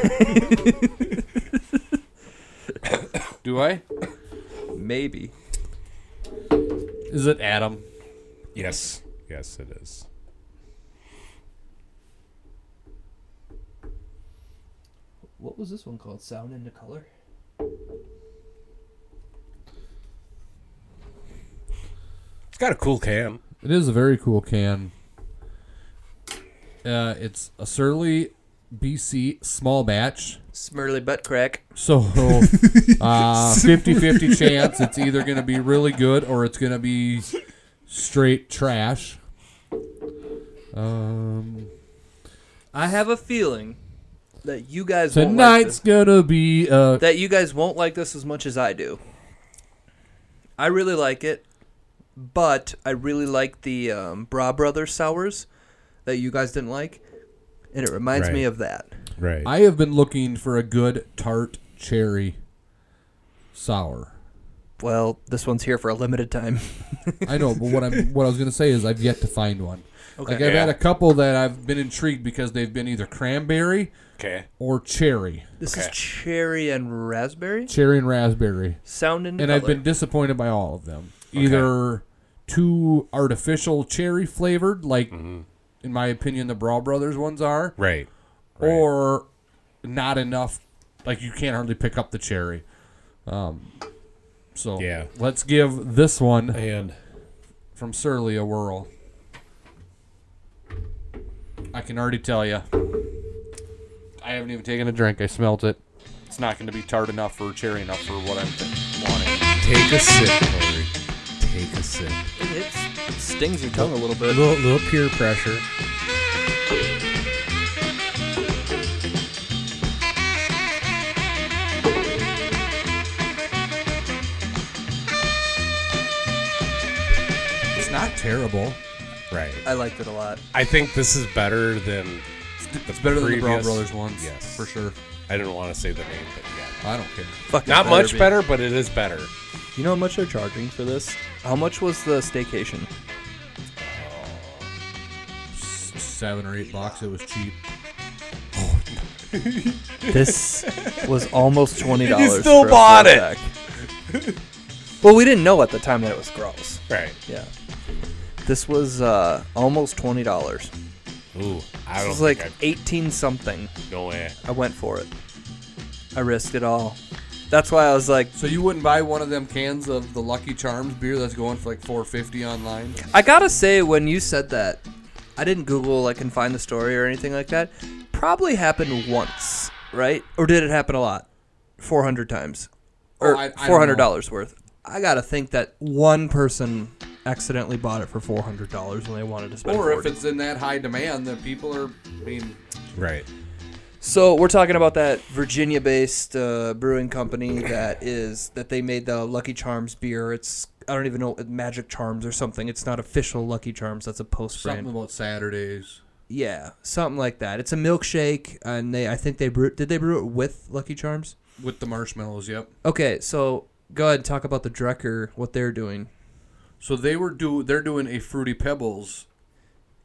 Do I?
Maybe.
Is it Adam?
Yes. Yes, it is.
What was this one called? Sound into color?
It's got a cool can.
It is a very cool can. Uh, it's a Surly BC small batch.
Smurly butt crack.
So, 50 50 chance it's either going to be really good or it's going to be straight trash. Um,
I have a feeling that you guys won't like
tonight's
this.
going to be. Uh,
that you guys won't like this as much as I do. I really like it, but I really like the um, Bra Brothers sours that you guys didn't like, and it reminds me
Right.
of that.
Right.
I have been looking for a good tart cherry sour.
Well, this one's here for a limited time.
I know, but what I'm what I was gonna say is I've yet to find one.
Okay.
Like I've
Yeah.
had a couple that I've been intrigued because they've been either cranberry
okay.
or cherry,
This
Okay.
is cherry and raspberry.
cherry and raspberry,
Sound and
and I've been disappointed by all of them. Either too artificial cherry flavored, like
Mm-hmm.
in my opinion the Brawl Brothers ones are,
Right.
or not enough. Like you can't hardly pick up the cherry. Um, so
Yeah.
let's give this one
And
from Surly a whirl. I can already tell you. I haven't even taken a drink. I smelt it. It's not going to be tart enough or cherry enough for what I'm wanting.
take a sip, Corey. Take a sip.
It, it stings your tongue a little
A
bit.
little, little peer pressure.
It's not terrible.
Right.
I liked it a lot.
I think this is better than.
It's better than the Brown
previous-
Brothers ones.
Yes.
For sure.
I didn't want to say the name, but yeah.
I don't care.
Fucking
Not much
be.
better, but it is better.
You know how much they're charging for this? How much was the staycation?
S- Seven or eight bucks. It was cheap.
This was almost twenty dollars.
still bought it.
well, we didn't know at the time that it was gross.
Right.
Yeah. This was uh, almost twenty dollars.
Ooh.
This
I don't
was
think
like
I,
eighteen something.
no way.
I went for it. I risked it all. That's why I was like,
So you wouldn't buy one of them cans of the Lucky Charms beer that's going for like four fifty online?
I gotta say, when you said that, I didn't Google like and find the story or anything like that. Probably happened once, right? Or did it happen a lot? Four hundred times, or
Oh, I- I don't know.
four hundred dollars worth. I gotta think that one person accidentally bought it for four hundred dollars when they wanted to spend.
Or if
40.
it's in that high demand, then people are. I mean,
Right.
So we're talking about that Virginia-based uh, brewing company that is that they made the Lucky Charms beer. It's I don't even know Magic Charms or something. It's not official Lucky Charms. That's a post brand.
something about Saturdays.
Yeah, something like that. It's a milkshake, and they I think they brew did they brew it with Lucky Charms?
With the marshmallows, yep.
Okay, so go ahead and talk about the Drecker, what they're doing,
So they were do they're doing a fruity pebbles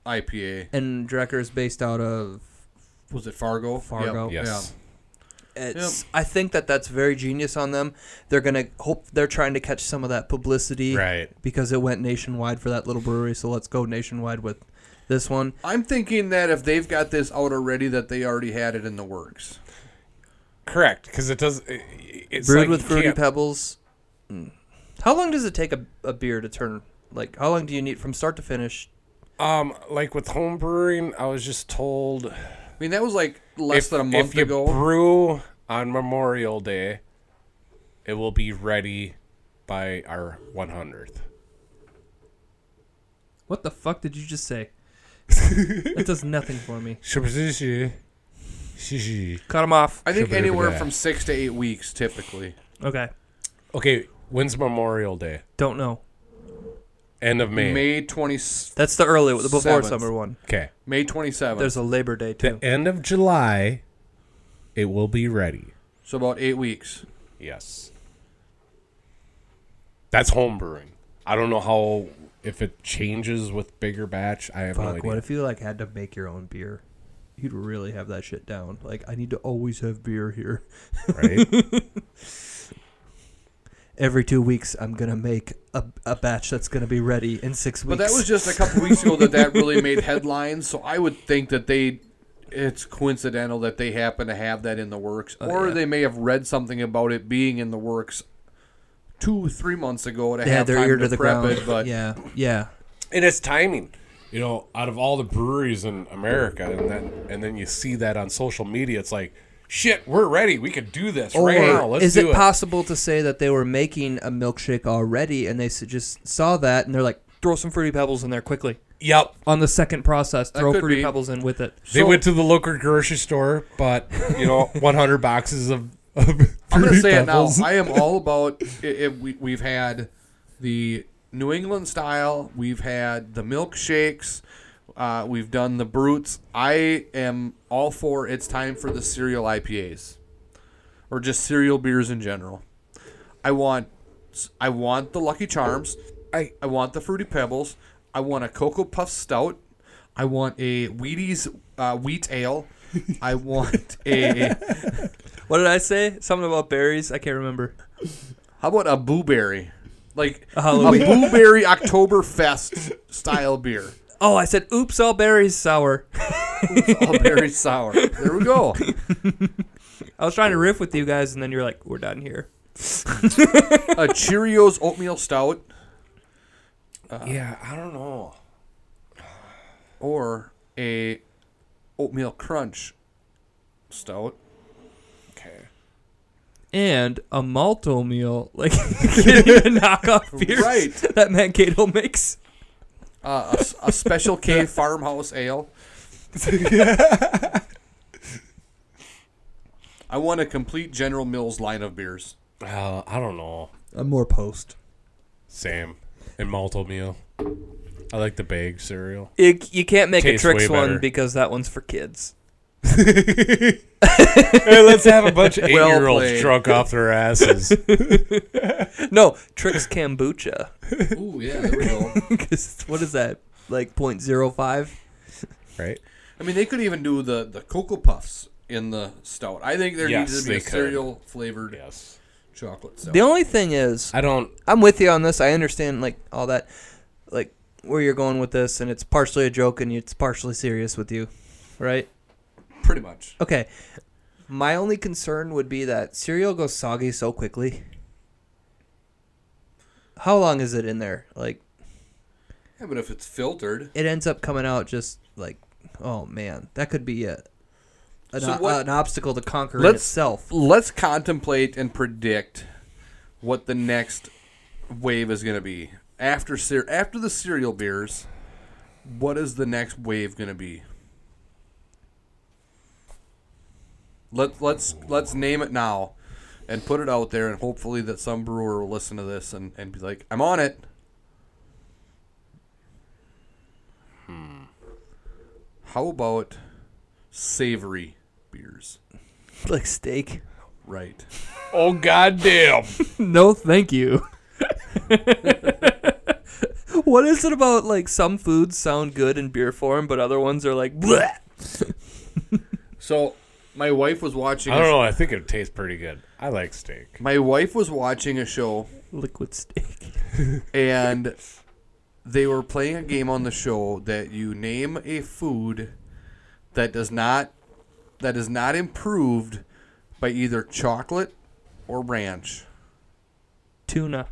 IPA.
and Drecker is based out of.
Was it Fargo?
Fargo.
Yep,
Yes.
It's. I think that that's very genius on them. They're gonna hope they're trying to catch some of that publicity,
Right.
Because it went nationwide for that little brewery, so let's go nationwide with this one.
yeah. I'm thinking that if they've got this out already, that they already had it in the works.
Correct. Because it does. It, it's
Brewed
like
with
you
fruity
can't-
pebbles. Mm. How long does it take a, a beer to turn? Like, how long do you need from start to finish?
Um, like with home brewing, I was just told
I mean, that was like less
if,
than a month
if you
ago.
brew on Memorial Day, it will be ready by our 100th.
What the fuck did you just say? that does nothing for me. Cut him off.
I think
Sure,
anywhere
yeah.
from six to eight weeks typically.
Okay.
Okay, when's Memorial Day?
Don't know.
End of May.
May twenty
That's the early one, the before
Seventh.
summer one.
Okay.
May twenty seventh.
There's a Labor Day too.
The end of July, it will be ready.
So about eight weeks.
Yes. That's home brewing. I don't know how if it changes with bigger batch. I have no
Fuck,
idea.
what if you like had to make your own beer? You'd really have that shit down. Like, I need to always have beer here.
right?
Every two weeks, I'm gonna make a, a batch that's gonna be ready in six weeks.
But that was just a couple weeks ago that that really made headlines. So I would think that they, it's coincidental that they happen to have that in the works,
Oh,
or they may have read something about it being in the works two, three months ago to
yeah,
have
their
time
ear
to,
to the
prep
ground.
it. But
yeah, yeah.
and it's timing. You know, out of all the breweries in America, and then and then you see that on social media, it's like, shit, we're ready. We could do this right now. Let's
is
do
it,
it.
possible to say that they were making a milkshake already and they s- just saw that and they're like,
Throw some fruity pebbles in there quickly.
yep.
On the second process, throw
could
fruity
be.
pebbles in with it.
They went to the local grocery store, but you know, 100 boxes of. of
I'm gonna
Fruity
say
Pebbles.
it now. I am all about. i i we, we've had the New England style. We've had the milkshakes. Uh, we've done the brutes. I am all for. It's time for the cereal IPAs, or just cereal beers in general. I want. I want the Lucky Charms. I I want the Fruity Pebbles. I want a Cocoa Puff Stout. I want a Wheaties uh, wheat ale. I want a.
What did I say? Something about berries? I can't remember.
How about a blueberry? Like a,
Halloween.
blueberry Oktoberfest style beer.
Oh, I said, oops, all berries sour.
All berry sour. There we go.
I was trying to riff with you guys, and then you're like, we're done here.
A Cheerios oatmeal stout
yeah, I don't know.
or a oatmeal crunch stout.
Okay.
And a malto meal. Like, can't even knock off beers
Right.
that Mankato makes.
Uh, a, a special K farmhouse ale. I want a complete General Mills line of beers.
Uh, I don't know.
"I'm more post."
Sam and malto meal. I like the bag cereal.
You, you can't make
Tastes
a Trix
way
one
better.
because that one's for kids.
Hey, let's have a bunch of eight
Well
year olds
played.
drunk off their asses.
No, Trix kombucha.
Ooh, yeah, there we go.
'Cause what is that? Like 0.05?
right?
I mean, they could even do the, the Cocoa Puffs in the stout. I think there
Yes,
needs to be
they
a
could.
cereal flavored
Yes.
chocolate stout.
The only thing is,
I don't.
I'm with you on this. I understand like all that, like where you're going with this, and it's partially a joke and it's partially serious with you, right?
Pretty much.
Okay. My only concern would be that cereal goes soggy so quickly. How long is it in there? Like
Yeah, but if it's filtered,
it ends up coming out just like, oh man, that could be a an,
So what-
an obstacle to conquer in
Let's-
itself.
let's contemplate and predict what the next wave is going to be after cer- after the cereal beers. What is the next wave going to be? Let let's let's name it now, and put it out there, and hopefully that some brewer will listen to this and, and be like, "I'm on it." How about savory beers?
Like steak.
Right.
Oh goddamn!
No, thank you. what is it about like some foods sound good in beer form, but other ones are like, Bleh!
So my wife was watching.
I don't
A,
know. I think it tastes pretty good. I like steak.
my wife was watching a show,
liquid steak.
and they were playing a game on the show that you name a food that does not that is not improved by either chocolate or ranch.
Tuna.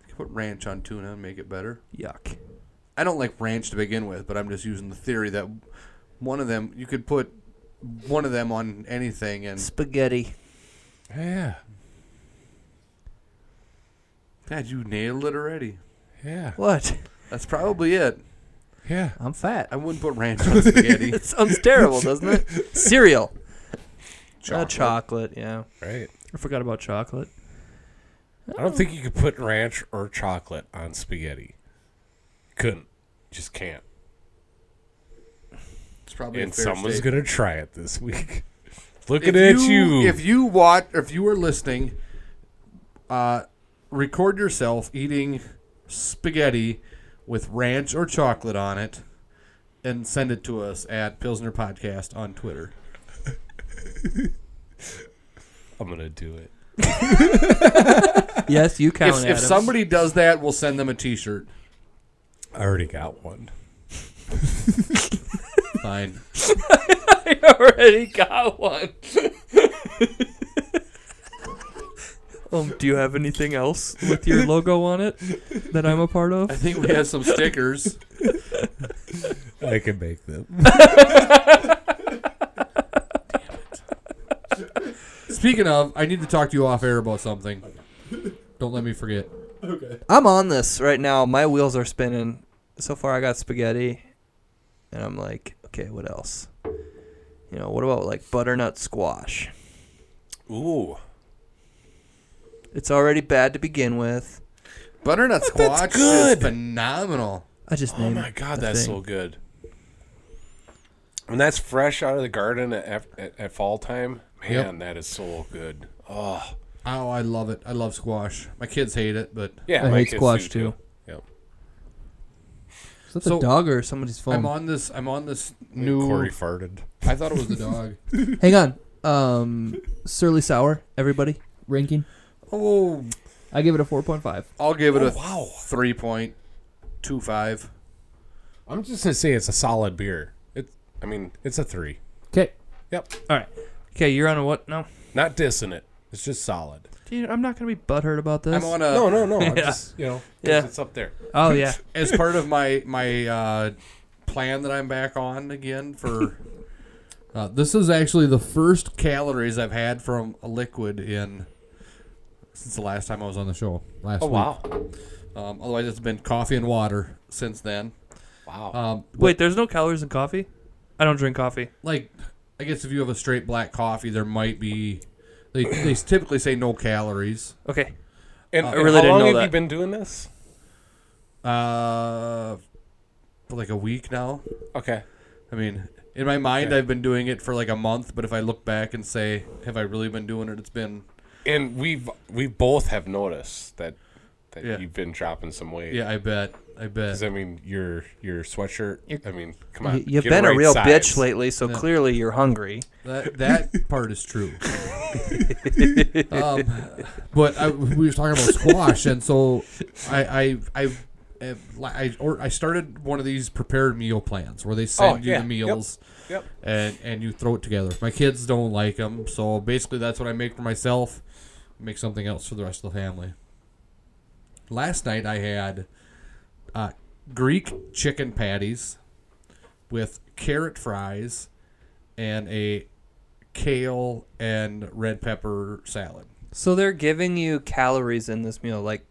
You can put ranch on tuna and make it better.
Yuck.
I don't like ranch to begin with, but I'm just using the theory that one of them you could put one of them on anything and
Spaghetti.
Yeah,
God, you nailed it already.
yeah.
What?
That's probably it.
Yeah.
I'm fat.
I wouldn't put ranch on spaghetti.
it sounds terrible, doesn't it? Cereal.
Chocolate.
Chocolate. chocolate, yeah.
Right.
I forgot about chocolate.
I don't think you could put ranch or chocolate on spaghetti. Couldn't. Just can't.
It's probably a
And
fair
someone's
statement.
gonna try it this week. Looking
If
at you,
If you watch, if you are listening, uh, record yourself eating spaghetti with ranch or chocolate on it, and send it to us at Pilsner Podcast on Twitter.
I'm gonna do it.
Yes, you count.
If, if
Adams.
somebody does that, we'll send them a T-shirt.
I already got one.
Fine.
I already got one. um, do you have anything else with your logo on it that I'm a part of?
I think we have some stickers.
I can make them.
Speaking of, I need to talk to you off air about something. Don't let me forget.
I'm on this right now. My wheels are spinning. So far, I got spaghetti, and I'm like, okay, what else? You know, what about like butternut squash?
Ooh,
It's already bad to begin with.
Butternut squash
good.
is phenomenal.
I just
oh
named
my god,
the
that's
Mm, thing.
so good. And that's fresh out of the garden at, at, at fall time. Man,
Yep.
that is so good. Oh,
Oh, I love it. I love squash. My kids hate it, but
yeah,
I
my
hate
kids do
squash, too.
Yep.
Is that the
So-
dog or somebody's phone?
I'm on this. I'm on this
New
new.
Corey farted.
I thought it was the dog.
Hang on. Um, Surly Sour, everybody, ranking.
oh,
I give it a 4.5.
I'll give it a
Oh, wow.
three point two five.
I'm just gonna say it's a solid beer. It, I mean, it's a three.
Okay.
Yep,
All right. Okay, you're on a what? No,
not dissing it. It's just solid.
Dude, I'm not gonna be butthurt about this.
I'm on a
no, no, no. I'm
Uh, yeah.
just you know,
Yeah.
it's up there.
oh yeah.
as part of my my uh, plan that I'm back on again for. Uh, this is actually the first calories I've had from a liquid in since the last time I was on the show last
Oh
week.
wow,
Um, otherwise, it's been coffee and water since then.
wow.
Um,
Wait, there's no calories in coffee. I don't drink coffee.
like I guess if you have a straight black coffee, there might be. They, they typically say no calories.
Okay.
and, and
really
how
didn't
long
know
have
that.
you been doing this?
Uh, for like a week now.
Okay,
I mean, in my mind,
Okay.
I've been doing it for like a month. But if I look back and say, "Have I really been doing it?" It's been
and we've we both have noticed that that
Yeah.
you've been dropping some weight.
yeah. I bet. I bet.
Because I mean, your your sweatshirt. I mean, come on.
Y- You've
get
been
right
a real
size.
bitch lately, so clearly you're hungry.
That that part is true. um, but I, we were talking about squash, and so I I I I, or I started one of these prepared meal plans where they send
Oh,
you the
yeah. Yep.
meals.
Yep.
And and you throw it together. My kids don't like them, so basically that's what I make for myself. Make something else for the rest of the family. Last night I had uh, Greek chicken patties with carrot fries and a kale and red pepper salad.
So they're giving you calories in this meal, like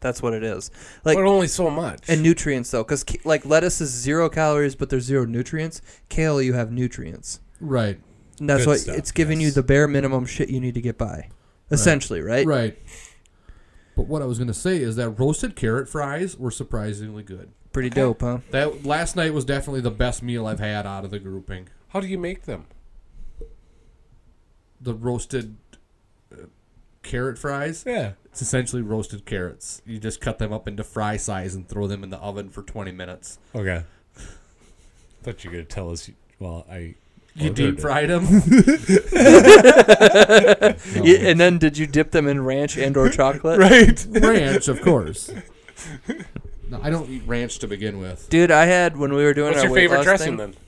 that's what it is. Like
but only so much.
and nutrients though, because like lettuce is zero calories, but there's zero nutrients. Kale, you have nutrients.
Right.
And that's
Good
why
stuff,
it's giving you
yes.
the bare minimum shit you need to get by, essentially, right?
Right. But what I was going to say is that roasted carrot fries were surprisingly good.
Pretty dope, huh?
That last night was definitely the best meal I've had out of the grouping.
How do you make them?
The roasted uh, carrot fries.
Yeah.
It's essentially roasted carrots. You just cut them up into fry size and throw them in the oven for 20 minutes.
Okay. thought you were gonna tell us. you- Well, I.
You
ordered
deep
it.
fried them?
Y- and then did you dip them in ranch and or chocolate?
Right.
ranch, of course. No, I don't eat ranch to begin with.
Dude, I had when we were doing
What's
our
your
weight
favorite
loss
dressing
thing.
then?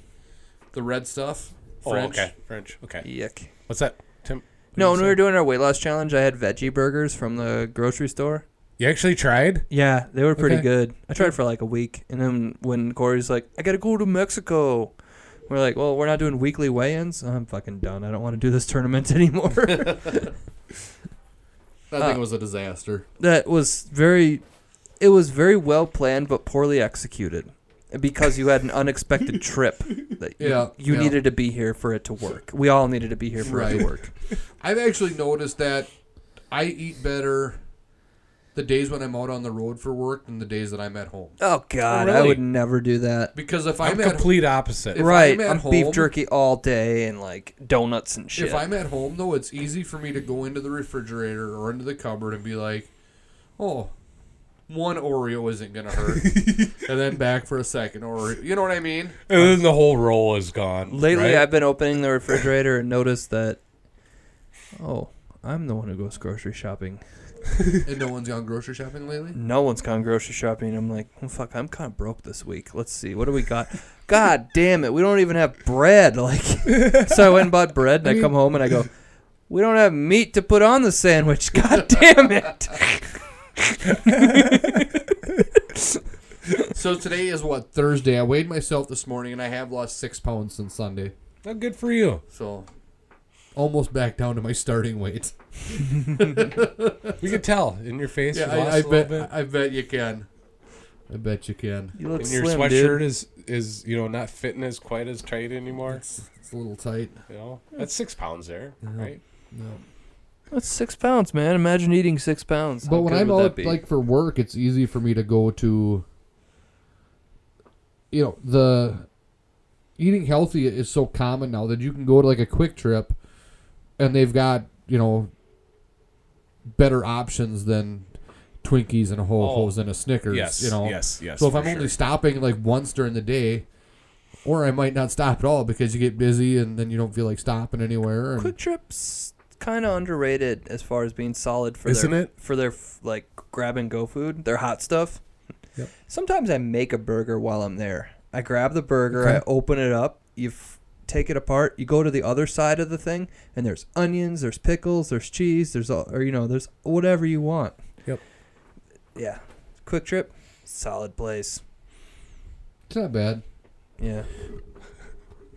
The red stuff,
Oh,
French.
okay. French. Okay.
Yuck.
What's that, Tim? what did
No,
you
when we
say?
were doing our weight loss challenge, I had veggie burgers from the grocery store.
You actually tried?
Yeah, they were pretty
Okay.
good. I tried for like a week, and then when Corey's like, "I gotta go to Mexico," we're like, "Well, we're not doing weekly weigh-ins. I'm fucking done. I don't want to do this tournament anymore."
That thing was a disaster.
that was very It was very well planned but poorly executed because you had an unexpected trip that you,
Yeah,
you
yeah.
needed to be here for it to work. We all needed to be here for it to
Right.
work.
I've actually noticed that I eat better the days when I'm out on the road for work than the days that I'm at home.
Oh God, I
Really?
would never do that.
Because if
I'm
I'm, at-
complete opposite.
if
right,
I'm at
I'm, beef
home-
jerky all day and like donuts and shit.
If I'm at home though, it's easy for me to go into the refrigerator or into the cupboard and be like, "Oh, one Oreo isn't gonna hurt," and then back for a second Oreo. You know what I mean?
And then the whole roll is gone.
Lately,
right?
I've been opening the refrigerator and noticed that. Oh, I'm the one who goes grocery shopping.
And no one's gone grocery shopping lately.
No one's gone grocery shopping. I'm like, oh, fuck, I'm kind of broke this week. Let's see, what do we got? God damn it, we don't even have bread. Like, so I went and bought bread, and I come home and I go, we don't have meat to put on the sandwich. God damn it.
So today is what Thursday. I weighed myself this morning and I have lost six pounds since Sunday.
Well, good for you.
So almost back down to my starting weight.
You could tell in your face.
Yeah,
you lost
I, I
a little
bet.
bit.
I bet you can. I bet you can.
You look
and your
slim,
sweatshirt
dude.
is is you know not fitting as quite as tight anymore.
It's a little tight.
you know that's six pounds there, right?
No.
That's six pounds, man. Imagine eating six pounds. How
But when
good
I'm
would that
out
be?
like for work, it's easy for me to go to you know, the eating healthy is so common now that you can go to like a quick trip and they've got, you know, better options than Twinkies and Ho Ho's and a Snickers.
Yes,
you know.
yes, yes,
So if
for
I'm only
sure.
stopping like once during the day or I might not stop at all because you get busy and then you don't feel like stopping anywhere. And
Quick Trip's kind of underrated as far as being solid for
Isn't
their
it?
for their f- like grab and go food, their hot stuff.
Yep.
Sometimes I make a burger while I'm there. I grab the burger, I
Okay.
open it up, you f- take it apart, you go to the other side of the thing, and there's onions, there's pickles, there's cheese, there's all, or you know, there's whatever you want.
Yep.
Yeah, Quick Trip, solid place.
it's not bad.
Yeah.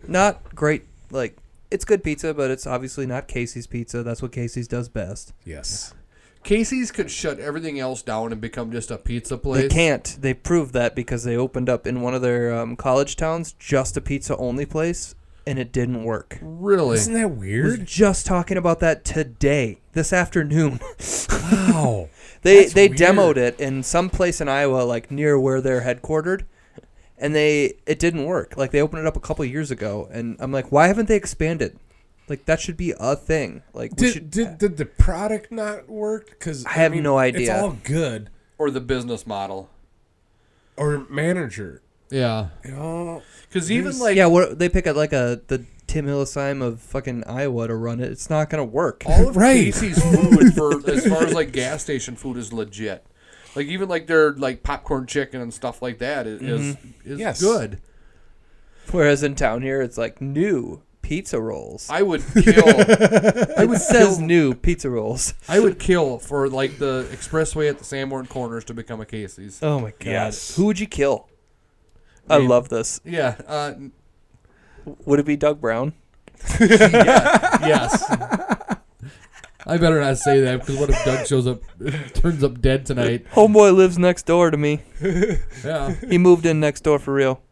Not great. Like it's good pizza, but it's obviously not Casey's pizza. That's what Casey's does best.
Yes.
Casey's could shut everything else down and become just a pizza place.
They can't. They proved that because they opened up in one of their um, college towns just a pizza only place, and it didn't work.
Really?
Isn't that
We We're
weird?
just talking about that today, this afternoon.
Wow.
They
That's
they
weird.
demoed it in some place in Iowa, like near where they're headquartered, and they it didn't work. Like they opened it up a couple years ago, and I'm like, why haven't they expanded? Like that should be a thing. Like we
Did,
should. uh,
did did the product not work? Because I
have
mean,
no
It's
idea.
all good.
Or the business model?
Or manager.
Yeah.
You
Oh,
know,
Because even
There's-
like
yeah, what they pick a, like a the Tim Hillesheim of fucking Iowa to run it. It's not gonna work.
all of
Right.
Casey's food for as far as like gas station food is legit. Like even like their like popcorn chicken and stuff like that is is, is
Yes.
good.
Whereas in town here, it's like new pizza rolls.
I would kill
it says new pizza rolls.
I would kill for like the expressway at the Sanborn Corners to become a Casey's.
Oh my god!
Yes.
Who would you kill? I love this.
Yeah. Uh,
Would it be Doug Brown?
Yes. I better not say that because what if Doug shows up, turns up dead tonight?
Homeboy lives next door to me.
Yeah,
He moved in next door for real.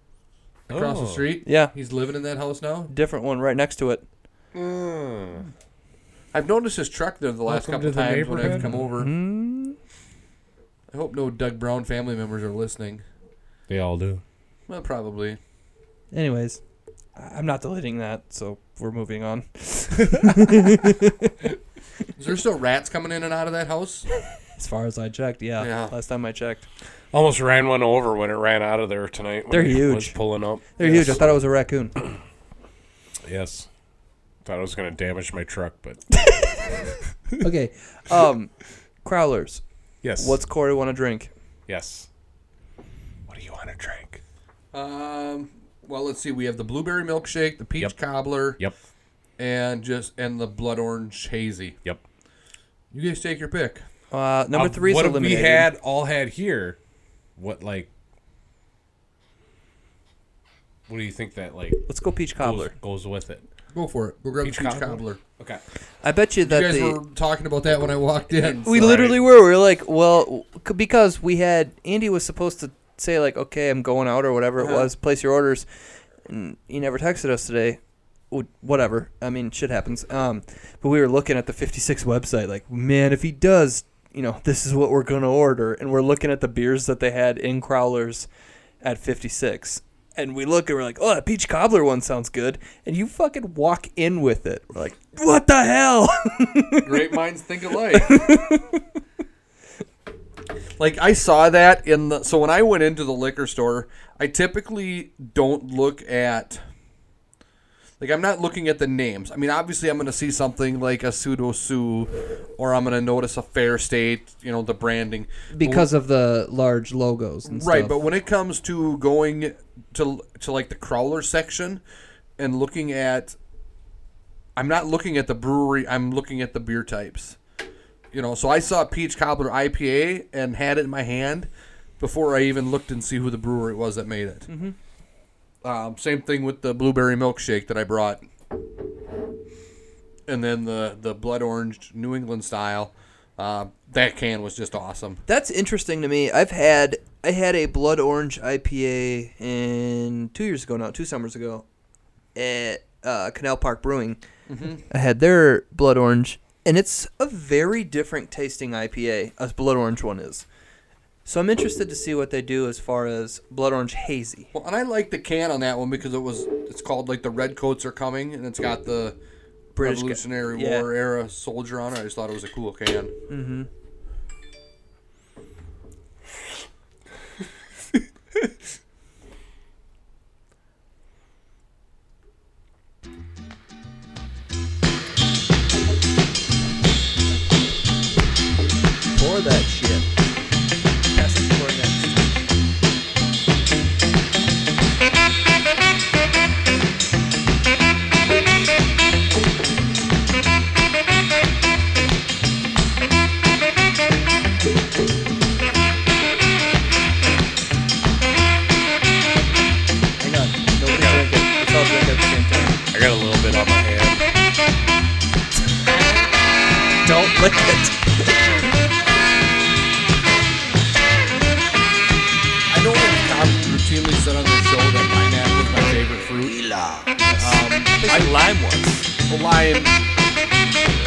across
Oh.
the street.
Yeah,
He's living in that house now.
different one right next to it.
Mm.
I've noticed his truck there the last couple
Welcome to the
times when I've
neighborhood.
come over.
Hmm?
Mm.
I hope no Doug Brown family members are listening.
They all do.
Well, probably.
Anyways, I- I'm not deleting that, so we're moving on.
Is there still rats coming in and out of that house?
As far as I checked, yeah.
Yeah.
Last time I checked,
Almost ran one over when it ran out of there tonight. when
They're
it was
huge.
pulling up.
they're
Yes.
huge. I thought it was a raccoon.
Yes. Thought I was gonna damage my truck, but
okay, um, crowlers.
yes.
What's Corey want to drink?
yes? What do you want to drink?
Um, well, let's see. We have the blueberry milkshake, the peach
Yep.
cobbler,
Yep.
and just and the blood orange hazy.
Yep.
You guys take your pick.
Uh, number
Uh,
three's
what have
eliminated.
we had all had here. What like? What do you think that like
Let's go peach
goes,
cobbler.
goes with it?
Go for it. Go grab
Peach
the peach
cobbler?
cobbler.
Okay.
I bet you
You
that
guys
the
were talking about that when I walked in.
we literally were. We were like, well, c- because we had Andy was supposed to say like, okay, I'm going out or whatever it
Uh-huh.
was. Place your orders. And he never texted us today. Wh- Whatever. I mean, shit happens. Um, but we were looking at the 56 website. Like, man, if he does, you know, this is what we're gonna order. And we're looking at the beers that they had in Crowlers at 56. And we look and we're like, oh, that peach cobbler one sounds good. And you fucking walk in with it. We're like, what the hell?
Great minds think alike. like I saw that in the so when I went into the liquor store, I typically don't look at like I'm not looking at the names. I mean, obviously I'm going to see something like a pseudo Sue or I'm going to notice a fair state, you know, the branding
because of the large logos and
right
stuff.
but when it comes to going to to like the crawler section and looking at i'm not looking at the brewery i'm looking at the beer types you know so i saw peach cobbler ipa and had it in my hand before i even looked and see who the brewer it was that made it
Mhm.
Mm-hmm.
um, same thing with the blueberry milkshake that i brought and then the the blood orange new england style uh, that can was just awesome
That's interesting to me. I've had I had a blood orange IPA in two years ago now, two summers ago, at uh, Canal Park Brewing.
Mhm.
I had their blood orange, and it's a very different tasting IPA as blood orange one is. So I'm interested to see what they do as far as blood orange hazy.
Well, and I like the can on that one because it was it's called like the Redcoats are coming, and it's got the
British ca-
Revolutionary
yeah.
War era soldier on it. I just thought it was a cool can.
Mm-hmm. Pour that shit. Pass it to our next. Hang on. Nobody drink it. Let's all drink at the same time.
I got a little bit on my hand.
Don't lick it.
I know I've routinely said on the show that pineapple is my favorite fruit. Um,
I lime once.
the lime.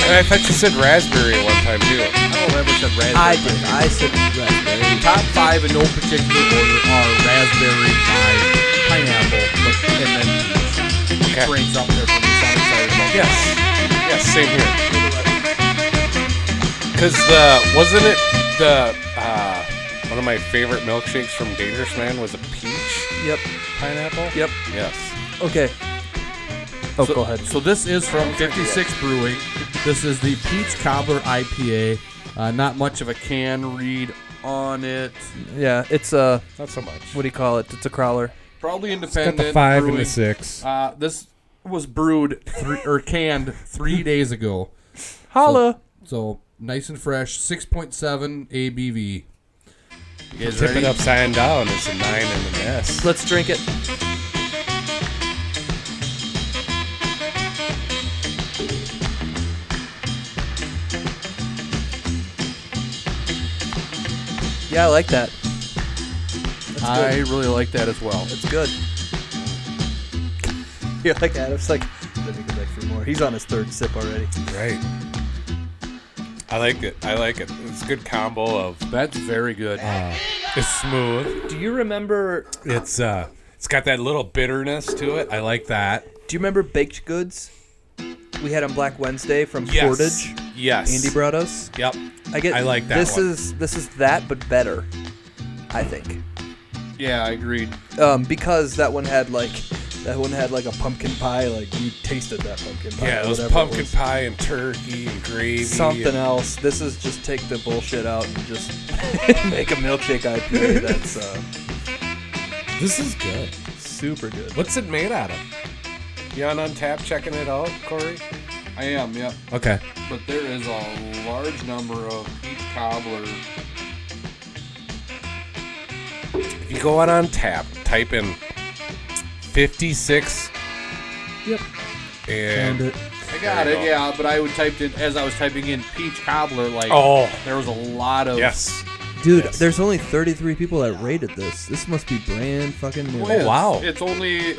And I thought you said raspberry one time too.
I don't know if I ever said raspberry.
I did. I said raspberry.
Top five in no particular order are raspberry, lime, pineapple, but- and then peach. Peach
Okay.
rings up there for me. So I'm excited about that.
Yes. Yes, same here. Cause the wasn't it the uh, one of my favorite milkshakes from Dangerous Man was a peach
Yep.
pineapple?
Yep.
Yes.
Okay. Oh, go ahead.
So this is from 56 Brewing. This is the Peach Cobbler IPA. Uh, not much
Much of a can read on it.
Yeah, it's a
Not so much.
what do you call it? It's a crawler.
Probably
got
independent.
the five and
brewing.
the six.
Uh, this was brewed three, or canned
Three days ago.
Holla.
So nice and fresh. 6.7 ABV.
You guys
Tip it
ready?
upside down. It's a nine and an S.
Let's drink it. Yeah, I like that.
I really like that as well.
It's good. You're like Adam's like, let me go back for more. He's on his third sip already.
Right. I like it. I like it. It's a good combo of Uh,
That's very good.
it's smooth.
Do you remember?
It's uh it's got that little bitterness to it. I like that.
Do you remember baked goods? We had on Black Wednesday from
Yes.
Portage.
Yes.
Andy brought us.
Yep.
I get.
I like that
This
one.
is this is that, but better. I think.
yeah, I agreed.
um, because that one had like that one had like a pumpkin pie. Like you tasted that pumpkin pie.
Yeah,
or
it was
whatever
pumpkin
was.
pie and turkey and gravy.
Something
and-
else. This is just take the bullshit out and just make a milkshake IPA. That's uh,
This is good.
super good.
What's it made out of? You on Untap checking it out, Corey?
I am, yeah.
Okay.
But there is a large number of peach cobbler.
If you go on Untap, type in 56
Yep.
And
Found it.
I got it, yeah. But I would typed in as I was typing in peach cobbler. Like,
Oh.
there was a lot of
Yes.
Dude, there's only 33 people that rated this. This must be brand fucking new.
Well, it's-
wow.
It's only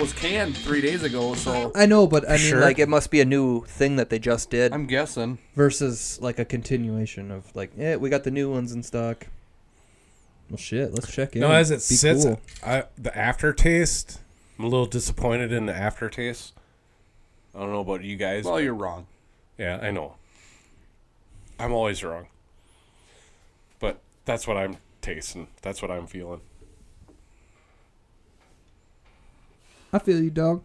was canned three days ago, so
I know, but I mean,
Sure. Like
like,
it must be a new thing that they just did
I'm guessing.
versus like a continuation of like, eh, we got the new ones in stock. Well, shit, let's check in.
No, as it
Be
sits,
cool.
I, the aftertaste. I'm a little disappointed in the aftertaste. I don't know about you guys.
Well, you're wrong.
Yeah, I know. I'm always wrong. But that's what I'm tasting. That's what I'm feeling.
I feel you, dog.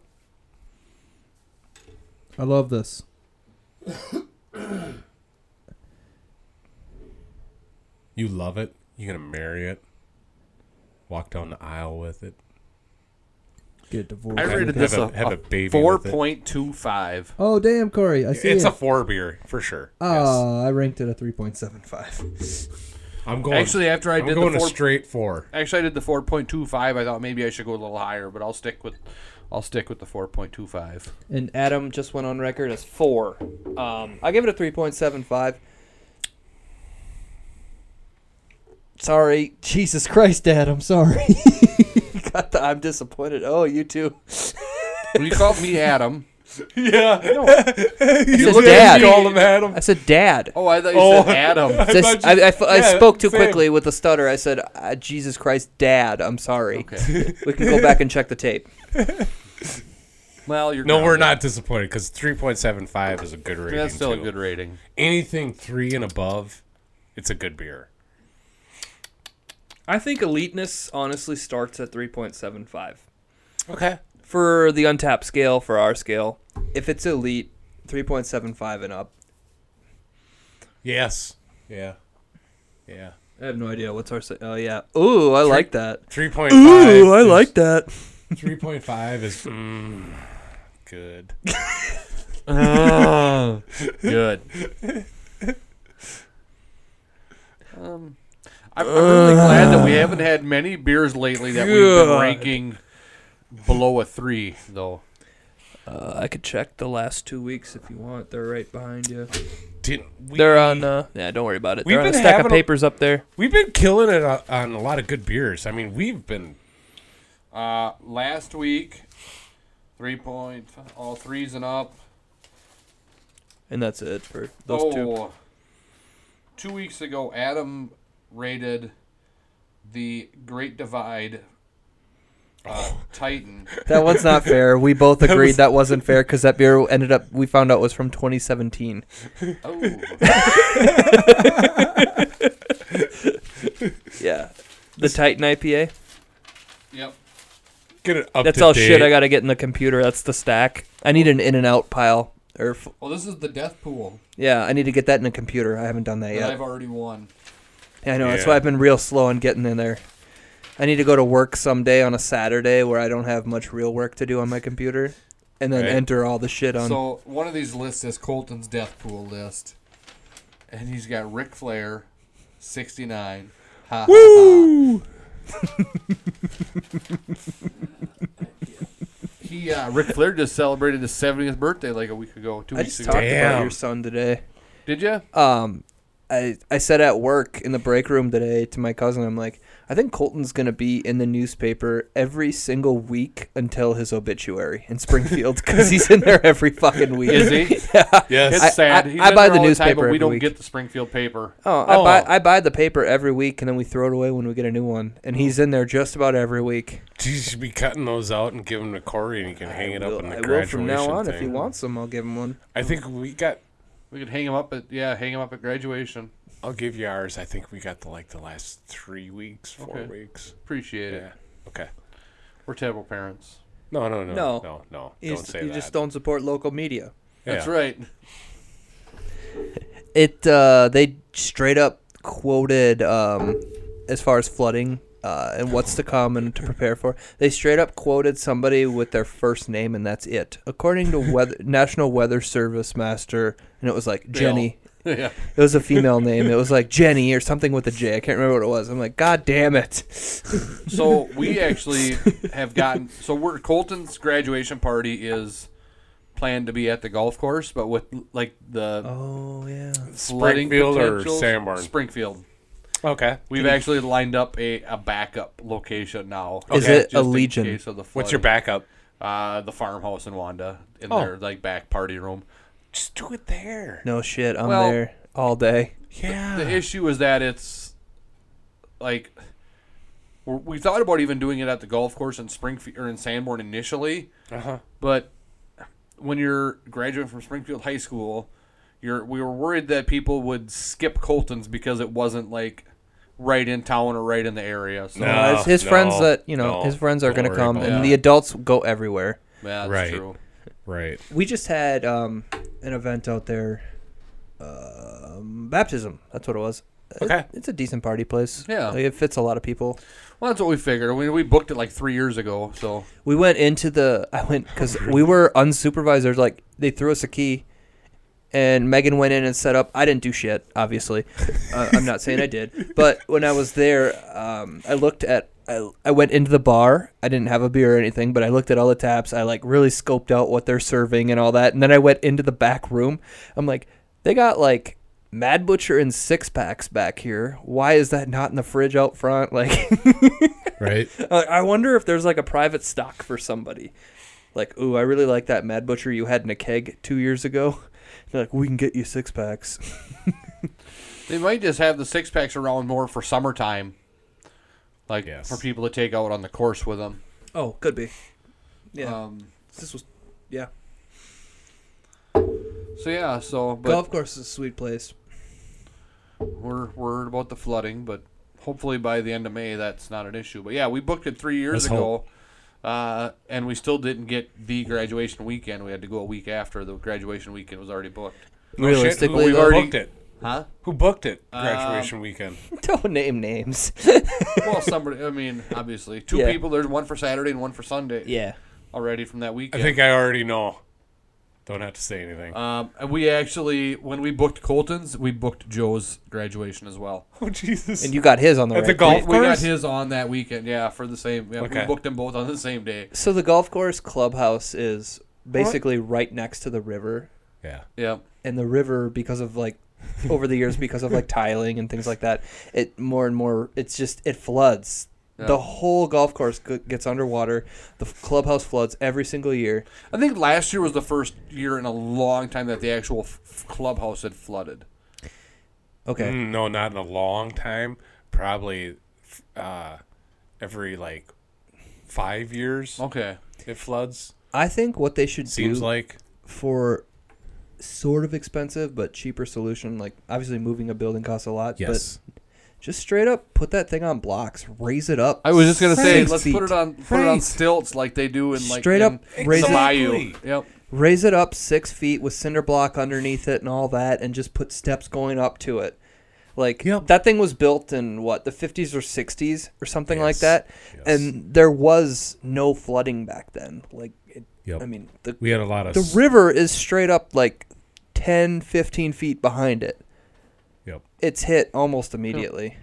I love this.
You love it. You're gonna marry it. Walk down the aisle with it.
Get divorced.
I
Have-
rated
have
this
a-
a,
have a baby
four
with it.
point two five.
Oh damn, Corey, I see
it's
it.
a four beer for sure.
Oh.
yes.
Ah, I ranked it a 3.75.
I'm going.
Actually, after I
I'm
did the
going a
four-
straight four.
Actually, I did the four point two five. I thought maybe I should go a little higher, but I'll stick with, I'll stick with the four point two five.
and Adam just went on record as four. Um, I give it a three point seven five. Sorry,
Jesus Christ, Dad, I'm sorry.
got the, I'm disappointed. Oh, you too.
When you called me Adam,
Yeah.
It's
you
his dad.
Call him Adam.
I said, Dad.
oh, I thought you
Oh.
said Adam.
This-
thought
I,
you-
I f- I
yeah,
spoke too
same.
quickly with a stutter. I said, uh, Jesus Christ, Dad, I'm sorry. we can go back and check the tape.
Well, you're
No, we're
grounded.
not disappointed because 3.75 is a good
I
rating.
mean, that's still a
too.
good rating.
Anything three and above, it's a good beer.
I think eliteness honestly starts at 3.75.
Okay.
For the untapped scale, for our scale, if it's elite, 3.75 and up.
Yes. Yeah. Yeah.
I have no idea what's our. Sa- oh, yeah. Ooh, I like that.
3.5.
Ooh, I
is-
like that.
3.5 is mm, good.
Good. um, I'm, I'm really glad that we haven't had many beers lately that we've been
God.
ranking below a three, though.
Uh, I could check the last two weeks if you want. They're right behind you.
Did, we,
They're on. Uh, yeah, don't worry about it.
We've
They're on a
been
stack of
having a-
papers up there.
we've been killing it on, on a lot of good beers. I mean, we've been.
Uh, last week, three point all threes and up.
And that's it for those two.
Oh, two weeks ago, Adam rated the Great Divide uh, Titan.
That one's not fair. We both agreed that, was... not fair because that beer ended up, we found out, was from 2017.
Oh,
Yeah. The Titan IPA.
yep.
Get it up
That's
to
all
date.
shit I got to get in the computer. That's the stack. I need an in and out pile. Or f-
Well, this is the Death Pool
Yeah, I need to get that in a computer. I haven't done that
that
yet.
I've already won.
Yeah, I know. That's
Yeah.
why I've been real slow on getting in there. I need to go to work someday on a Saturday where I don't have much real work to do on my computer, and then
Right.
enter all the shit on.
So one of these lists is Colton's death pool list, and he's got Ric Flair, sixty nine. Woo! he uh, Ric Flair just celebrated his seventieth birthday like a week ago, two
I
weeks
just
ago.
talked about
Damn.
your son today.
Did you?
Um, I I said at work in the break room today to my cousin, I'm like, I think Colton's gonna be in the newspaper every single week until his obituary in Springfield because he's in there every fucking week.
Is he?
Yeah.
Yes.
It's
I-
sad.
I-
He's
I
in
buy
there
the
all time,
newspaper
but we
every
don't
week.
get the Springfield paper.
Oh, I buy
Oh.
I buy the paper every week and then we throw it away when we get a new one. And he's in there just about every week.
You should be cutting those out and giving them to Corey, and he can hang it
I
up
will,
in the
I will
graduation
from now on
thing.
if he wants them, I'll give him one.
I think we got.
We could hang him up at yeah, hang him up at graduation.
I'll give you ours. I think we got the like the last three weeks, four
Okay.
weeks.
Appreciate
Yeah.
it.
Okay.
We're terrible parents.
No, no,
No.
no, no, no, no.
He's-
Don't say
you
that.
just don't support local media.
That's
Yeah.
right.
it uh, they straight up quoted um, as far as flooding uh, and what's to come and to prepare for. They straight up quoted somebody with their first name and that's it, according to weather, National Weather Service master, and it was like Jenny.
yeah.
It was a female name. It was like Jenny or something with a J. I can't remember what it was. I'm like, God damn it!
So we actually have gotten. So we're Colton's graduation party is planned to be at the golf course, but with like the
oh yeah
flooding
Springfield or
potentials-
Sanborn?
Springfield.
Okay.
We've actually lined up a, a backup location now.
Is
Okay.
it a
Just in
Legion?
case of the
What's your
flooding.
backup?
Uh, the farmhouse in Wanda in
Oh.
their like back party room.
Just do it there.
No shit, I'm
Well-
there all day.
Yeah.
The issue is that it's like we're- we thought about even doing it at the golf course in Springfield or in Sanborn initially,
uh-huh.
but when you're graduating from Springfield High School, you're we were worried that people would skip Colton's because it wasn't like right in town or right in the area. So
No.
Uh, his his friends
no,
that you know,
no,
his friends are
don't
gonna
worry
come,
about
and
it.
the adults go everywhere.
that's
Right.
true.
Right.
We just had um, an event out there, um, baptism. That's what it was. It-
Okay.
it's a decent party place.
Yeah.
Like, it fits a lot of people.
Well, that's what we figured. We, we booked it like three years ago, so
We went into the. I went because we were unsupervised. There's like they threw us a key, and Megan went in and set up. I didn't do shit, obviously. uh, I'm not saying I did, but when I was there, um, I looked at. I, I went into the bar. I didn't have a beer or anything, but I looked at all the taps. I like really scoped out what they're serving and all that, and then I went into the back room. I'm like, they got like. Mad Butcher and six packs back here. Why is that not in the fridge out front? Like,
Right.
uh, I wonder if there's like a private stock for somebody. Like, ooh, I really like that Mad Butcher you had in a keg two years ago. They're like, we can get you six packs.
they might just have the six packs around more for summertime, like
Yes.
for people to take out on the course with them.
Oh, could be. Yeah,
Um,
this was. Yeah,
so yeah, so but
golf course is a sweet place.
we're worried about the flooding, but hopefully by the end of May that's not an issue. But yeah, we booked it three years
Let's
ago, uh, and we still didn't get the graduation weekend. We had to go a week after the graduation weekend was already booked.
Realistically, Uh,
who
though-
booked it?
Huh?
Who booked it? Graduation weekend.
Don't name names.
well, somebody. I mean, obviously, two
Yeah.
people. There's one for Saturday and one for Sunday.
yeah.
Already from that
I
weekend.
think I already know. Don't have to say anything.
Uh,
Um, and we actually, when we booked Colton's, we booked Joe's graduation as well.
oh Jesus!
And you got his on the
At
right
the
day.
golf
We got
course.
his on that weekend, yeah, for the same. Yeah,
Okay.
We booked them both on the same day.
So the golf course clubhouse is basically right next to the river,
yeah.
Yeah,
and the river because of like over the years because of like tiling and things like that it more and more it's just it floods
Yeah.
the whole golf course g- gets underwater the f- clubhouse floods every single year
I think last year was the first year in a long time that the actual f- clubhouse had flooded.
okay
Mm, no, not in a long time. Probably uh, every like five years
Okay,
it floods.
i think what they should
Seems
do
like
for sort of expensive but cheaper solution like obviously moving a building costs a lot
yes.
but just straight up put that thing on blocks raise it up
I was just gonna say,
six
let's
feet.
put it on put it on
Right.
stilts like they do in like
Straight
in
up raise
the
it-
bayou.
Exactly.
Yep.
raise it up six feet with cinder block underneath it and all that and just put steps going up to it like
Yep.
that thing was built in what the 50s or 60s or something like
Yes.
that
Yes.
and there was no flooding back then like it,
Yep.
i mean the,
we had a lot of
the
s-
river is straight up like 10 15 feet behind it
Yep.
it's hit almost immediately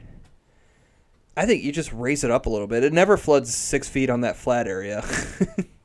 i think you just raise it up a little bit it never floods six feet on that flat area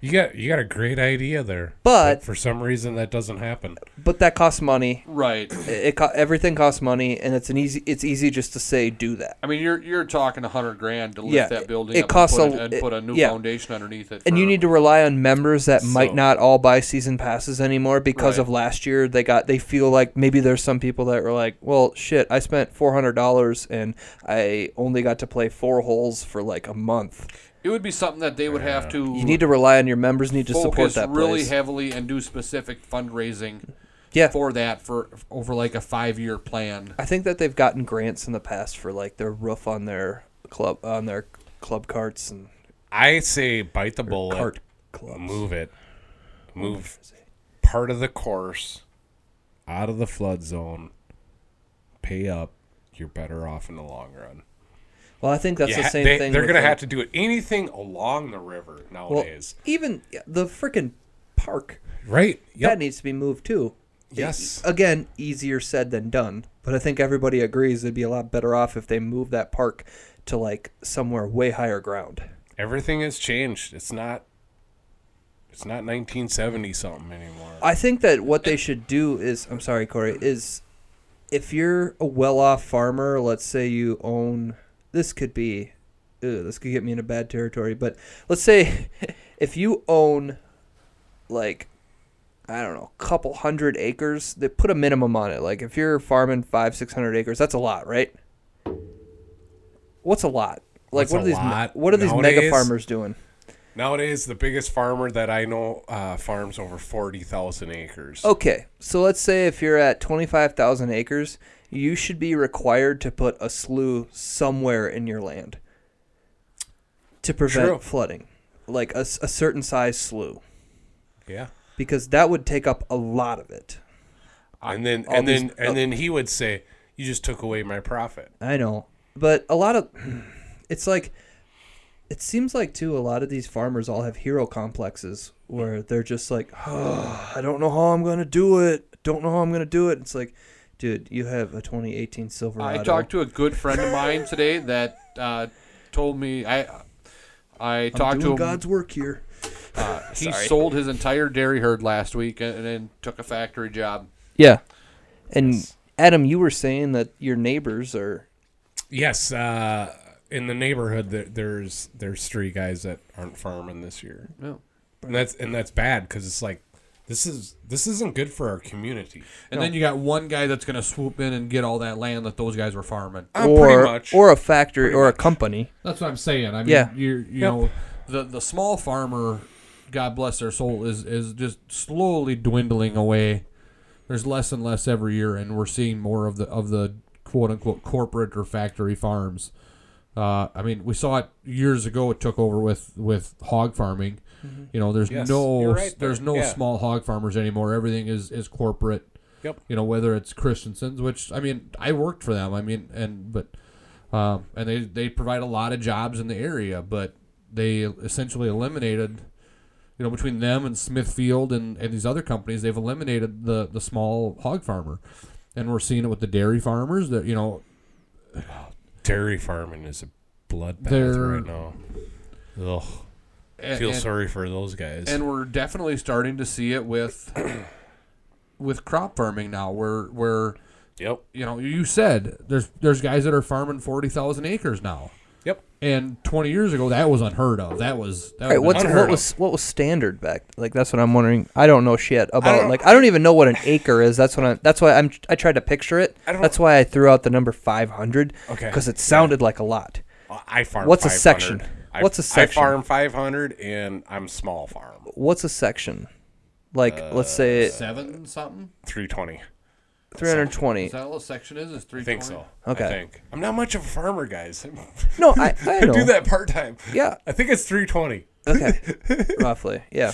You got you got a great idea there,
But-
for some reason that doesn't happen.
but that costs money
Right.
it, it co- everything costs money and it's an easy it's easy just to say do that
I mean, you're you're talking a hundred grand to lift
Yeah,
that building.
it
up
costs
and put
a-
and
it-
put a new
yeah.
foundation underneath it.
and you
for-
need to rely on members that might
So-
not all buy season passes anymore because
Right.
of last year they got they feel like maybe there's some people that were like well shit i spent $400 and i only got to play four holes for like a month
It would be something that they would have to.
you need to rely on your members need to support
focus
that
really
place
heavily and do specific fundraising
yeah
for that for over like a five year plan.
i think that they've gotten grants in the past for like their roof on their club on their club carts and
I say bite the bullet,
cart clubs
move it, move part of the course out of the flood zone, pay up. You're better off in the long run.
well i think that's
Yeah,
the same
they,
thing
They're
with,
gonna
like-
have to do it. Anything along the river
Well,
nowadays,
even the freaking park
right?
that uh,
Yep.
needs to be moved too.
Yes.
Again, easier said than done, but I think everybody agrees they'd be a lot better off if they moved that park to like somewhere way higher ground.
Everything has changed. It's not. It's not 1970 something anymore.
I think that what they should do is, I'm sorry, Corey, is if you're a well-off farmer, let's say you own, this could be, ew, this could get me into bad territory, but let's say if you own, like, I don't know, a couple hundred acres, they put a minimum on it. Like if you're farming five, six hundred acres, that's a lot, right? What's a lot? Like
That's
what
a
are these? me-
lot
What are these mega
nowadays.
farmers doing?
Nowadays, the biggest farmer that I know uh, farms over 40,000 acres.
Okay, so let's say if you're at 25,000 acres, you should be required to put a slough somewhere in your land to prevent
True.
flooding, like a, s- a certain size slough,
Yeah.
because that would take up a lot of it.
And then
all
and
these- uh,
then and then he would say, "You just took away my profit."
I know, but a lot of it's like it seems like too a lot of these farmers all have hero complexes where they're just like, oh, I don't know how I'm gonna do it. Don't know how I'm gonna do it. It's like, dude, you have a 2018 Silverado.
I talked to a good friend of mine today that uh, told me I I talked to
doing
him.
God's work here.
uh, he
Sorry.
sold his entire dairy herd last week and, and then took a factory job.
Yeah, and Adam, you were saying that your neighbors are
Yes, uh, in the neighborhood, there, there's there's three guys that aren't farming this year.
Oh.
No.
and that's and that's bad because it's like this is this isn't good for our community.
And then
you got one guy that's going to swoop in and get all that land that those guys were farming.
Uh,
or
pretty much.
or a factory or a company.
That's what I'm saying. I mean,
Yeah.
you're, you
Yep.
know, the the small farmer, God bless their soul, is is just slowly dwindling away. There's less and less every year, and we're seeing more of the of the quote unquote corporate or factory farms. Uh, I mean, we saw it years ago. It took over with with hog farming. You know, there's
Yes,
no
you're right there.
there's no
Yeah.
small hog farmers anymore. Everything is is corporate.
Yep.
You know, whether it's Christensen's, which I mean, I worked for them. I mean, and but um, and they, they provide a lot of jobs in the area, but they essentially eliminated, you know, between them and Smithfield and, and these other companies, they've eliminated the, the small hog farmer. And we're seeing it with the dairy farmers that, you know,
Dairy farming is a bloodbath
They're-
right now. Ugh,
And,
feel
and-
sorry for those guys.
and we're definitely starting to see it with with crop farming now, where where
yep,
you know, you said there's there's guys that are farming 40,000 acres now.
yep.
And 20 years ago, that was unheard of. That was that
All right,
was
what's,
unheard
what
of.
was what was standard back? Like that's what I'm wondering. I don't know shit about
don't-
like I don't even know what an acre is. That's what I'm. That's why I'm. I tried to picture it.
I don't-
That's why I threw out the number 500.
Okay.
Because it sounded like a lot.
I farm.
What's a
500.
section?
I-
What's a section?
I farm 500, and I'm small farm
What's a section? Like let's
Uh,
say
seven something.
320.
Is
320.
that all a section is? Is three?
I think so.
Okay.
I think. I'm not much of a farmer, guys.
No, I I
I
know.
do that part time.
Yeah.
I think it's 320.
Okay. Roughly, yeah.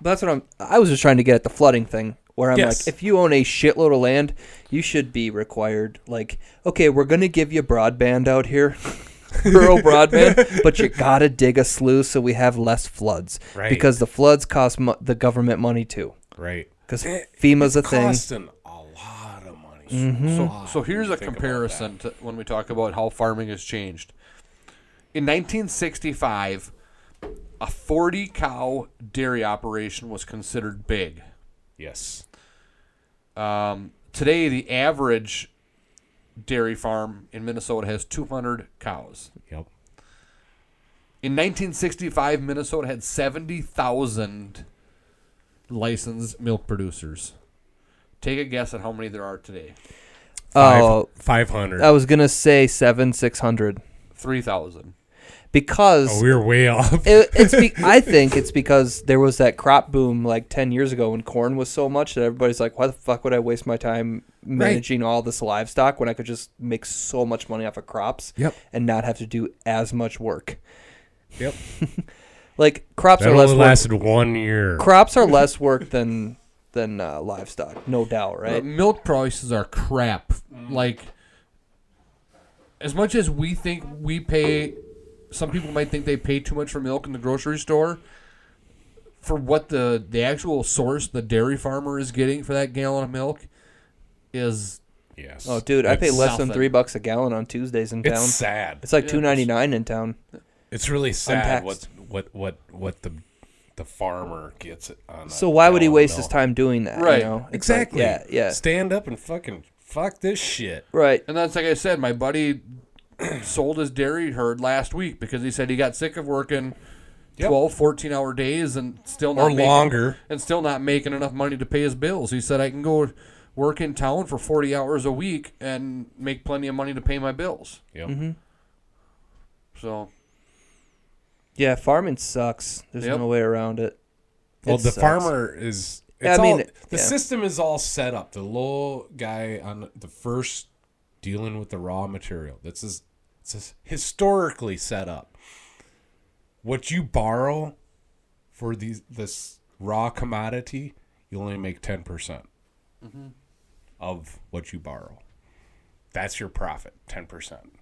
But that's what I'm. I was just trying to get at the flooding thing, where I'm
Yes.
like, if you own a shitload of land, you should be required. Like, okay, we're gonna give you broadband out here, rural broadband, but you gotta dig a slough so we have less floods,
Right.
because the floods cost mo- the government money too,
Right.
because
Eh, It-
FEMA's a
it's
thing.
Costing a lot of money.
Ah,
So, so here's a
Think about
comparison to when we talk about how farming has changed. In 1965, a 40 cow dairy operation was considered big.
Yes.
Um, today, the average dairy farm in Minnesota has 200 cows.
Yep.
In 1965, Minnesota had 70,000 licensed milk producers. Take a guess at how many there are today.
Oh,
Five hundred.
I was gonna say seven six hundred
3,000.
because
oh, we were way off.
it, it's be- I think it's because there was that crop boom like 10 years ago when corn was so much that everybody's like why the fuck would I waste my time managing all this livestock when I could just make so much money off of crops
Yep.
and not have to do as much work.
Yep.
Like crops
That
are less
only
work.
lasted one year.
crops are less work than than uh, livestock, no doubt,
Uh,
right?
milk prices are crap. Like, as much as we think we pay, some people might think they pay too much for milk in the grocery store. For what the the actual source the dairy farmer is getting for that gallon of milk is
Yes.
Oh, dude, I pay
It's-
less than
nothing.
3 bucks a gallon on Tuesdays in town.
It's sad.
It's like 2.99 in town.
It's really sad
Untaxed.
what what what what the the farmer gets it on.
So why would he waste his time doing that? you
Right.
know? It's like,
Exactly.
yeah. Yeah.
Stand up and fucking fuck this shit.
Right.
And that's like I said, my buddy sold his dairy herd last week because he said he got sick of working
Yep.
twelve, fourteen 12, 14 hour days and still not
Or
making,
longer.
and still not making enough money to pay his bills. He said I can go work in town for 40 hours a week and make plenty of money to pay my bills.
Yep.
Mhm.
So,
Yeah. Farming sucks. There's
Yep.
no way around it.
Well,
It
the
sucks.
farmer is.
Yeah,
It's
I mean,
all, the
yeah.
system is all set up. The low guy on the first dealing with the raw material. This is it's his- historically set up. What you borrow for these this raw commodity, you only make ten percent of what you borrow. That's your profit, ten percent.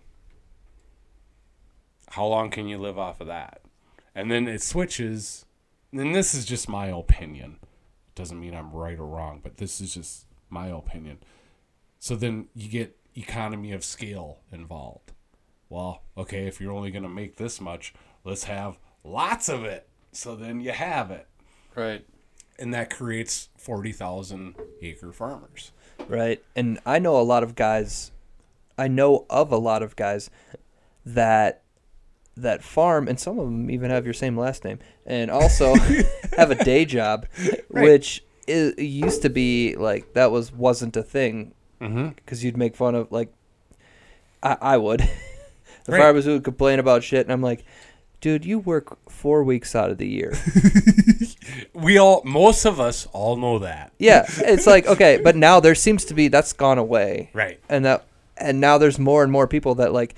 How long can you live off of that? And then it switches and this is just my opinion. Doesn't mean I'm right or wrong, but this is just my opinion. So then you get economy of scale involved. Well, okay, if you're only going to make this much, let's have lots of it. So then you have it.
right.
And that creates 40,000 acre farmers.
Right. And I know a lot of guys I know of a lot of guys that that farm and some of them even have your same last name and also have a day job which i used to be like that was wasn't a thing
Mhm.
cuz you'd make fun of like I, I would the
Right.
farmers would complain about shit and I'm like dude you work 4 weeks out of the year
We all, most of us all know that.
Yeah, it's like okay, but now there seems to be that's gone away.
Right.
And that and now there's more and more people that like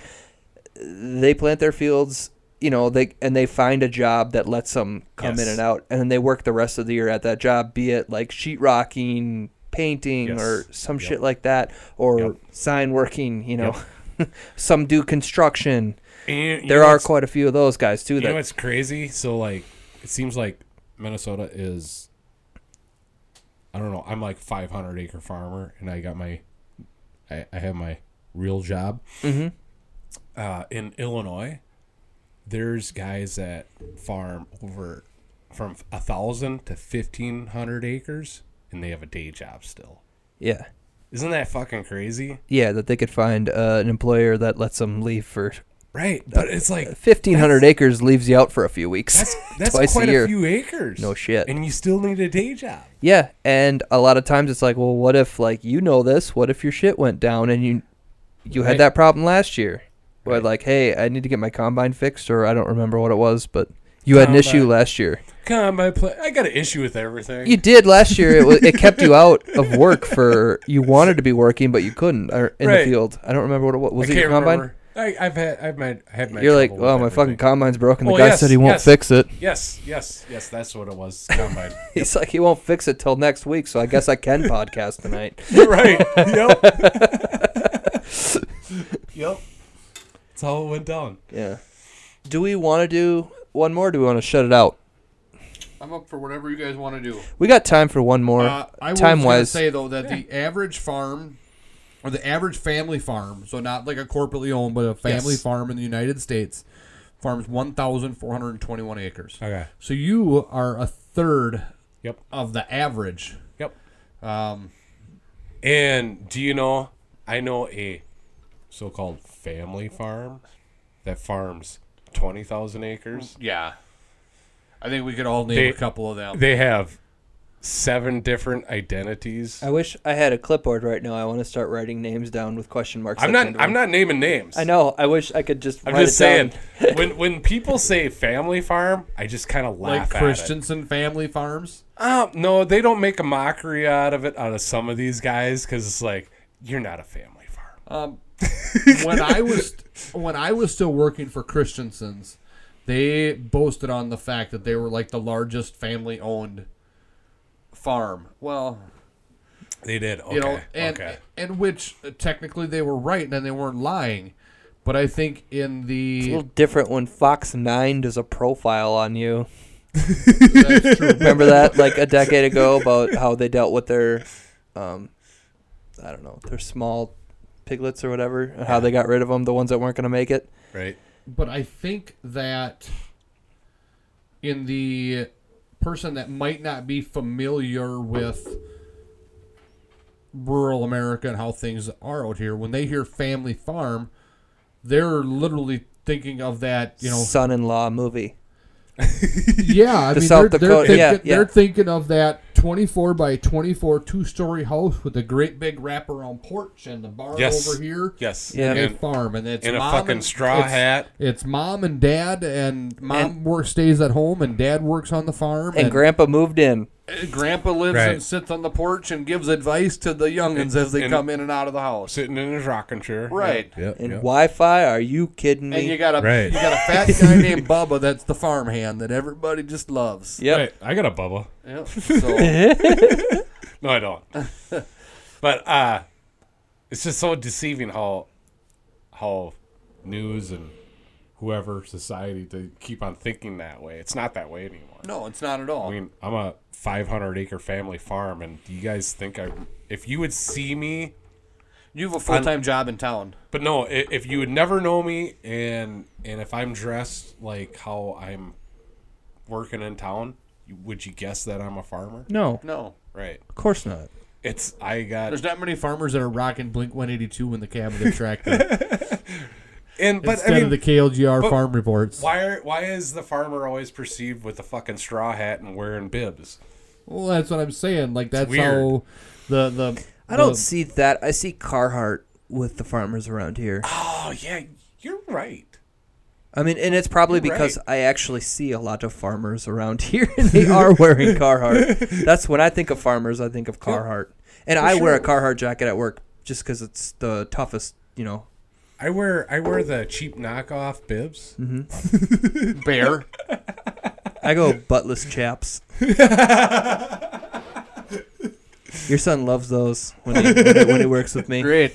they plant their fields, you know, they and they find a job that lets them come
Yes.
in and out and then they work the rest of the year at that job, be it like sheetrocking, painting or
Yes.
some
Yep.
shit like that or
Yep.
sign working, you know. some do construction.
And you
there
know
are
what's-
quite a few of those guys too
You know
that
what's crazy? So like, it seems like Minnesota is. I don't know. I'm like 500 acre farmer, and I got my, I, I have my real job.
Mhm.
Uh, in Illinois, there's guys that farm over from a thousand to fifteen hundred acres, and they have a day job still.
yeah.
Isn't that fucking crazy?
Yeah, that they could find uh, an employer that lets them leave for
Right, but it's like
Fifteen hundred acres leaves you out for a few weeks.
that's that's
twice
quite
a
a,
year.
few acres.
No shit.
and you still need a day job.
yeah, and a lot of times it's like, well, what if like you know this? What if your shit went down and you you
Right.
had that problem last year? Where
Right.
like, hey, I need to get my combine fixed, or I don't remember what it was, but you had an issue
Combine.
last year.
Come, I play. I got an issue with everything.
You did last year. It, wa- it kept you out of work for you wanted to be working, but you couldn't or in
Right.
the field. I don't remember what it was. Was
I
it your
can't
combine?
remember. I, I've had. I've my. I had my.
You're like,
trouble
well,
with
my
everything.
fucking combine's broken. The
Oh,
guy
yes,
said he won't
yes.
fix it.
Yes, yes, yes. That's what it was. Combine.
He's like, he won't fix it till next week, so I guess I can podcast tonight.
You're right. Yep. yep. That's how it went down.
Yeah. Do we want to do one more? Or do we want to shut it out?
I'm up for whatever you guys want to do.
We got time for one more.
Uh, I was
time
going to
wise,
say though that the average farm, or the average family farm, so not like a corporately owned, but a family
Yes.
farm in the United States, farms 1,421 acres.
Okay.
So you are a third
Yep.
of the average.
Yep.
Um,
And do you know? I know a so-called family farm that farms twenty thousand acres.
yeah, I think we could all name
They-
a couple of
Mm.
them.
They have seven different identities.
I wish I had a clipboard right now. I want to start writing names down with question marks.
I'm
at the
not.
end of
I'm
them.
not naming names.
I know. I wish I could just.
I'm
write
just
it down.
saying when when people say family farm, I just kind of laugh
like
at it.
Christensen family farms.
Oh, no, they don't make a mockery out of it out of some of these guys because it's like you're not a family farm.
when I was when I was still working for Christensen's, they boasted on the fact that they were like the largest family owned farm. Well,
They did. Okay.
you know, and
okay.
and which uh, technically they were right and they weren't lying, but I think in
It's a
the
little different when Fox Nine does a profile on you.
that's true.
Remember that, like a decade ago, about how they dealt with their, um, I don't know, their small piglets or whatever, and how they got rid of them, the ones that weren't going to make it.
Right.
but I think that in the person that might not be familiar with rural America and how things are out here, when they hear family farm, they're literally thinking of that, you know,
son-in-law movie.
yeah, I
The
mean,
South
they're, they're
Dakota-
thinking,
yeah, yeah.
they're thinking of that 24 by 24 two story house with a great big wraparound porch and the bar
Yes.
over here.
Yes.
And
Yeah.
a farm. And it's
And a
mom
fucking straw
it's-
hat.
It's mom and dad, and mom
And-
works, stays at home, and dad works on the farm.
And Grandpa moved in.
and grandpa lives
Right.
and sits on the porch and gives advice to the youngins as they
And-
come in and out of the house.
Sitting in his rocking chair.
Right.
Yep.
And
yep.
Wi-Fi? Are you kidding me?
And you got a
Right.
you got a fat guy named Bubba that's the farmhand that everybody just loves.
yep.
Right. I got a bubble.
Yep. So,
No, I don't. but uh it's just so deceiving how how news and whoever society they keep on thinking that way. It's not that way anymore.
no, it's not at all.
I mean, I'm a 500 acre family farm, and you guys think I? If you would see me,
You have a full time job in town.
but no, i- if you would never know me, and and if I'm dressed like how I'm working in town, you- would you guess that I'm a farmer?
No,
No,
Right.
of course not.
It's I got
there's not many farmers that are rocking Blink 182 in the cab of their tractor
and but
instead
I mean,
of the KLGR
but
farm reports.
why are, why is the farmer always perceived with a fucking straw hat and wearing bibs?
Well, that's what I'm saying. Like that's
weird.
how the the
I don't
the-
see that. I see Carhartt with the farmers around here.
Oh yeah, you're right.
I mean, and it's probably
You're
because I actually see a lot of farmers around here, and they are wearing Carhartt. That's when I think of farmers, I think of Carhartt, and I wear a Carhartt jacket at work just because it's the toughest. You know,
I wear I wear the cheap knockoff bibs.
bear.
I go buttless chaps. Your son loves those when he, when he, when he works with me.
Great.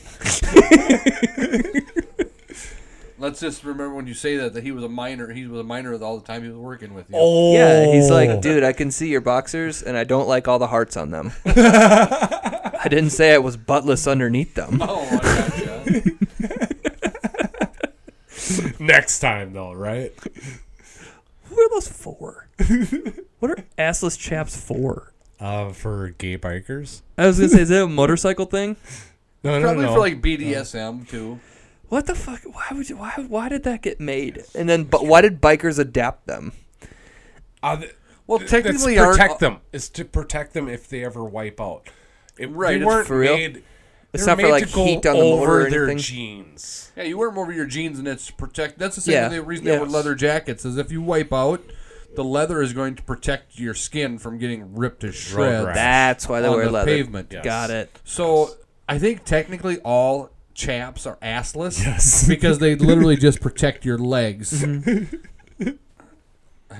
Let's just remember when you say that that he was a minor. He was a minor all the time he was working with you.
Oh
Yeah, he's like, dude, I can see your boxers, and I don't like all the hearts on them. I didn't say I was buttless underneath them.
Oh, I gotcha.
next time though, right?
Who are those for? what are assless chaps for?
Uh, for gay bikers?
I was gonna say, is that a motorcycle thing?
No, no,
Probably
no.
for like BDSM too.
What the fuck? Why would you? Why? Why did that get made? And then, but why did bikers adapt them?
Uh, th-
Well,
th-
technically,
that's
aren't-
protect them is to protect them if they ever wipe out. It,
Right,
They
it's
weren't
for real.
made.
It's
they
not
were
for,
made
like,
to go
heat on the
over
motor or
their
anything.
jeans.
Yeah, you wear them over your jeans, and it's to protect. That's the same
Yeah,
the reason
yeah.
they wear leather jackets is if you wipe out, the leather is going to protect your skin from getting ripped to shreds.
rash.
That's why they
On
wear
the
leather.
pavement, yes.
Got it.
So I think technically all chaps are assless because they literally just protect your legs. I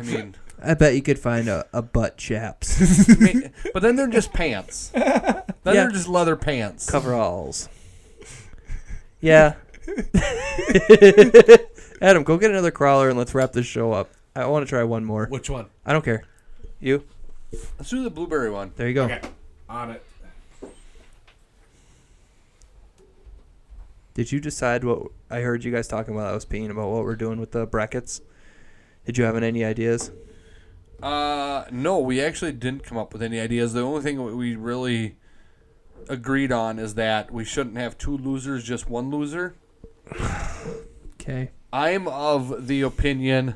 mean,
I bet you could find a, a butt chaps
I mean, but then they're just pants. Then
Yeah.
they're just leather pants.
coveralls. Yeah. Adam, go get another crawler and let's wrap this show up. I want to try one more.
Which one?
I don't care. You.
Let's do the blueberry one.
There you go.
Okay, on it.
Did you decide what I heard you guys talking about? I was peeing about what we're doing with the brackets. Did you have any ideas?
Uh, no, we actually didn't come up with any ideas. The only thing we really agreed on is that we shouldn't have two losers, just one loser.
Okay.
I'm of the opinion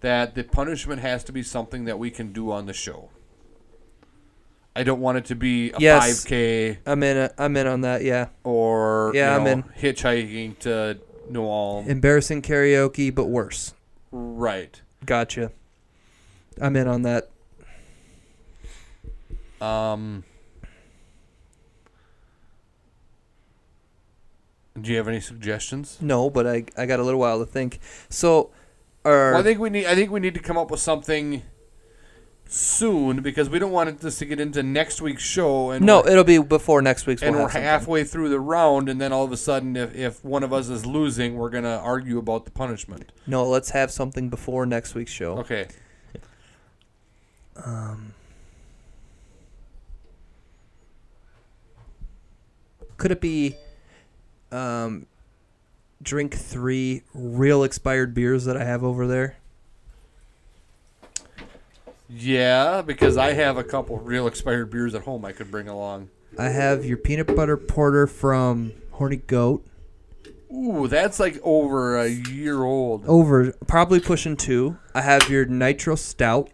that the punishment has to be something that we can do on the show. I don't want it to be a
Yes.
5K
I'm in. i I'm in on that. Yeah.
or
Yeah,
you
I'm
know,
in.
hitchhiking to New Ulm.
Embarrassing karaoke, but worse.
Right.
Gotcha. I'm in on that.
Um, do you have any suggestions?
No, but I I got a little while to think. So, or
Well, I think we need. I think we need to come up with something soon because we don't want this to get into next week's show. And
no,
we're-
it'll be before next week's.
and
we'll
we're
have something.
halfway through the round, and then all of a sudden, if, if one of us is losing, we're gonna argue about the punishment.
No, let's have something before next week's show.
Okay.
Could it be? Um, drink three real expired beers that I have over there?
Yeah, because I have a couple real expired beers at home I could bring along.
I have your peanut butter porter from Horny Goat.
Ooh, that's like over a year old.
Over, probably pushing two. I have your Nitro Stout.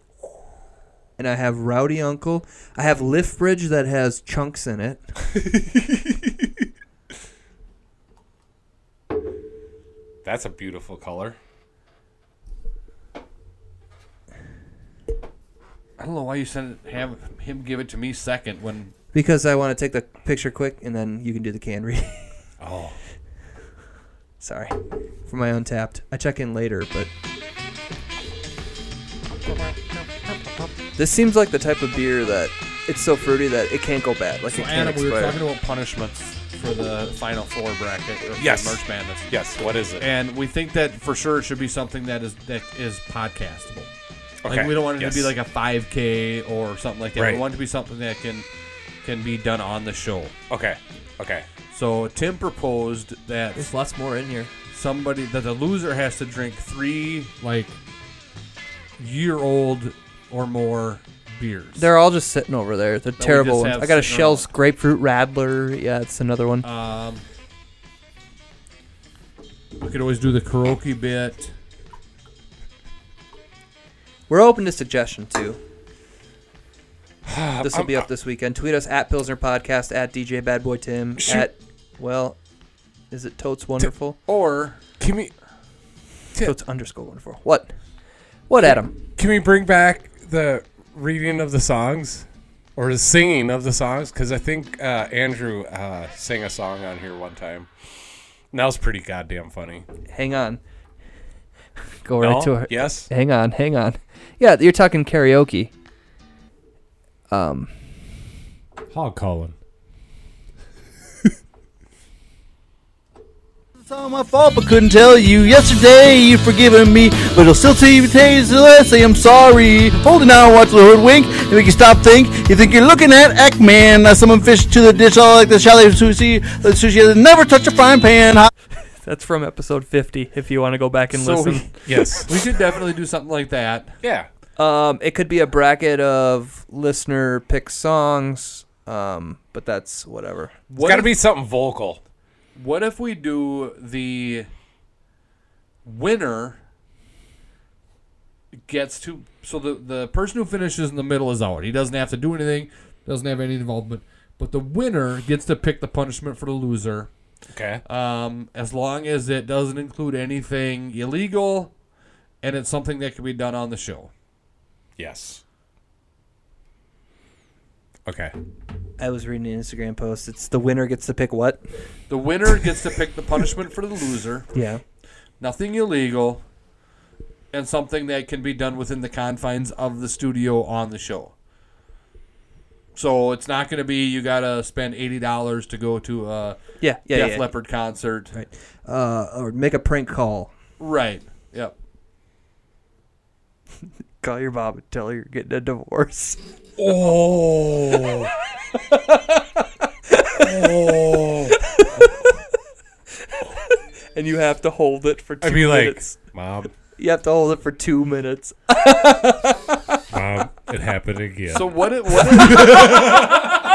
And I have Rowdy Uncle. I have Lift Bridge that has chunks in it.
That's a beautiful color.
I don't know why you sent it, have him give it to me second when
Because I want to take the picture quick and then you can do the can read.
Oh,
Sorry. For my untapped. I check in later, but. This seems like the type of beer that it's so fruity that it can't go bad. Like
So
it can't
Adam, we were
expire.
talking about punishments for the final four bracket of
Yes.
the Merch Madness.
yes. What is it?
And we think that for sure it should be something that is that is podcastable. Like
Okay,
we don't want it to be like
yes.
a 5K or something like that. We
Right.
want it to be something that can can be done on the show.
Okay. Okay.
So Tim proposed that
There's lots more in here.
somebody that the loser has to drink three like year old or more beers.
They're all just sitting over there. They're
just
terrible ones.
have
I got a
sitting
Shell's
around.
Grapefruit Radler. Yeah, it's another one.
Um, we could always do the karaoke bit.
We're open to suggestion, too. This will
I'm-
be up this weekend. Tweet us at Pilsner Podcast, at DJ Bad Boy Tim,
Shoot.
at, well, is it Totes Wonderful?
Or
Can we Tim.
Totes underscore Wonderful. What? What, Adam?
can we bring back the reading of the songs or the singing of the songs? Because I think uh, Andrew uh, sang a song on here one time. And that was pretty goddamn funny.
Hang on. Go right
No?
to it.
Yes.
Hang on, hang on. Yeah, you're talking karaoke. Um,
Hog calling.
It's all my fault, but couldn't tell you. Yesterday you forgiven me, but it'll still take you days till I say I'm sorry. Hold it now, watch the hood wink, and make you stop think. You think you're looking at Act Man. I summon fish to the dish, all like the chalet sushi. The sushi that never touch a frying pan. Hot-
that's from episode 50. If you want to go back and
So
listen,
Yes.
we should definitely do something like that.
yeah.
um, it could be a bracket of listener pick songs. Um, but that's whatever.
It's
What
got to
if,
be something vocal.
What if we do the winner gets to so the the person who finishes in the middle is out. He doesn't have to do anything, doesn't have any involvement, but the winner gets to pick the punishment for the loser.
Okay.
um, as long as it doesn't include anything illegal and it's something that can be done on the show.
Yes. Okay.
I was reading an Instagram post. It's the winner gets to pick what?
The winner gets to pick the punishment for the loser,
Yeah.
nothing illegal, and something that can be done within the confines of the studio on the show. So it's not going to be you got to spend $80 to go to a
Yeah. Yeah.
Def
yeah.
Leppard concert. Right.
Uh, or make a prank call.
Yep.
Call your mom and tell her you're getting a divorce.
Oh. oh.
And you have to hold it for two
I'd be like,
minutes.
Mom,
You have to hold it for two minutes.
Mom, it happened again.
So what? It, what? It,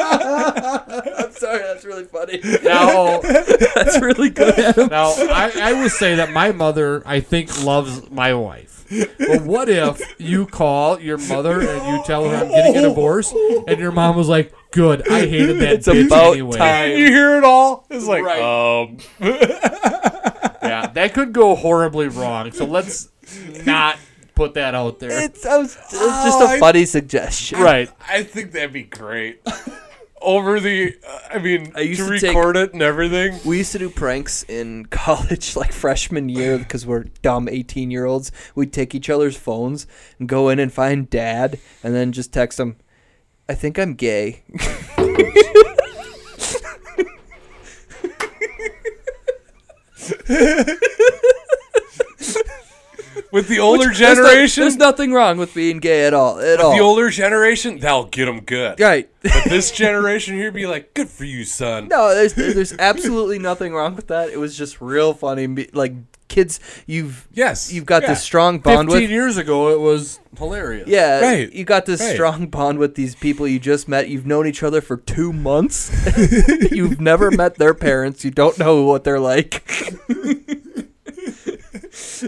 I'm sorry, that's really funny.
now,
That's really good, Adam.
Now, I, I would say that my mother, I think, loves my wife. But what if you call your mother and you tell her I'm getting a divorce, and your mom was like, "Good, I hated that
It's
bitch
about
anyway."
time.
you hear it all? It's like,
Right.
um,
Yeah, that could go horribly wrong. So let's not put that out there.
It's, I was, it's just
Oh,
a
I-
funny suggestion.
right.
I think that'd be great. Over the, uh, I mean,
I used
to,
to take-
record it and everything.
We used to do pranks in college, like freshman year, because we're dumb 18 year olds. We'd take each other's phones and go in and find dad and then just text him, I think I'm gay.
With the older
Which- there's no-
generation?
there's nothing wrong with being gay at all. At
With
all.
the older generation, that'll get them good.
Right.
But this generation here be like, good for you, son.
No, there's there's absolutely nothing wrong with that. It was just real funny. me- Like kids, you've
yes,
you've got
yeah.
this strong bond with.
years ago, it was hilarious.
Yeah,
Right,
you got this
right.
strong bond with these people you just met. You've known each other for two months. you've never met their parents. You don't know what they're like.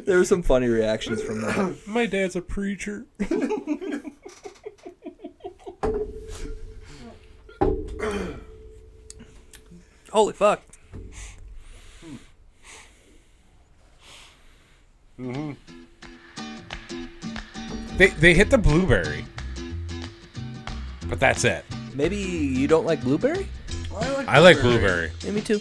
there were some funny reactions from them.
My dad's a preacher.
Holy fuck!
hmm They they hit the blueberry, but that's it.
Maybe you don't like blueberry.
I like blueberry.
Yeah, me too.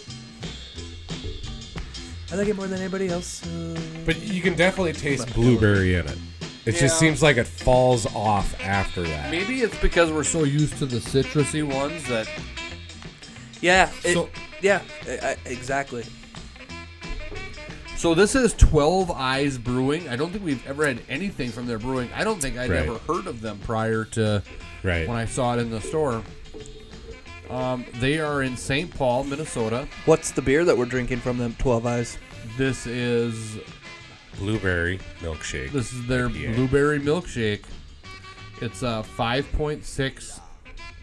I like it more than anybody else. uh,
But you can definitely taste blueberry in it. It just
Yeah.
seems like it falls off after that.
Maybe it's because we're so used to the citrusy ones that
Yeah. It,
So-
yeah. I, I- exactly.
So this is Twelve Eyes Brewing. I don't think we've ever had anything from their brewing. I don't think I'd
Right.
ever heard of them prior to
Right.
when I saw it in the store. Um, they are in St. Paul, Minnesota.
What's the beer that we're drinking from them? Twelve Eyes.
This is
Blueberry milkshake.
this is their
IPA.
blueberry milkshake. It's uh, five point six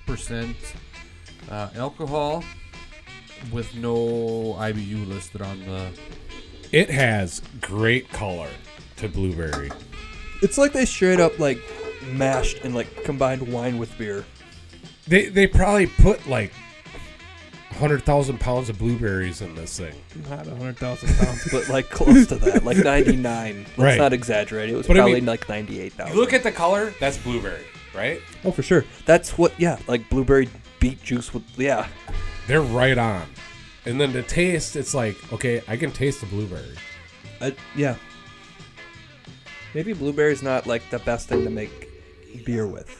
percent uh, alcohol with no IBU listed on the.
It has great color to blueberry.
It's like they straight up like mashed and like combined wine with beer.
They they probably put like hundred thousand pounds of blueberries in this thing.
Not hundred thousand pounds, but like close to that, like ninety nine. Let's
Right.
not exaggerate. It was
But I
probably
mean-
like ninety eight thousand.
Look at the color. That's blueberry, right?
Oh, for sure. That's what. Yeah, like blueberry beet juice with. Yeah.
They're right on. And then the taste, it's like okay, I can taste the blueberry.
I, yeah. Maybe blueberry's not like the best thing to make beer with.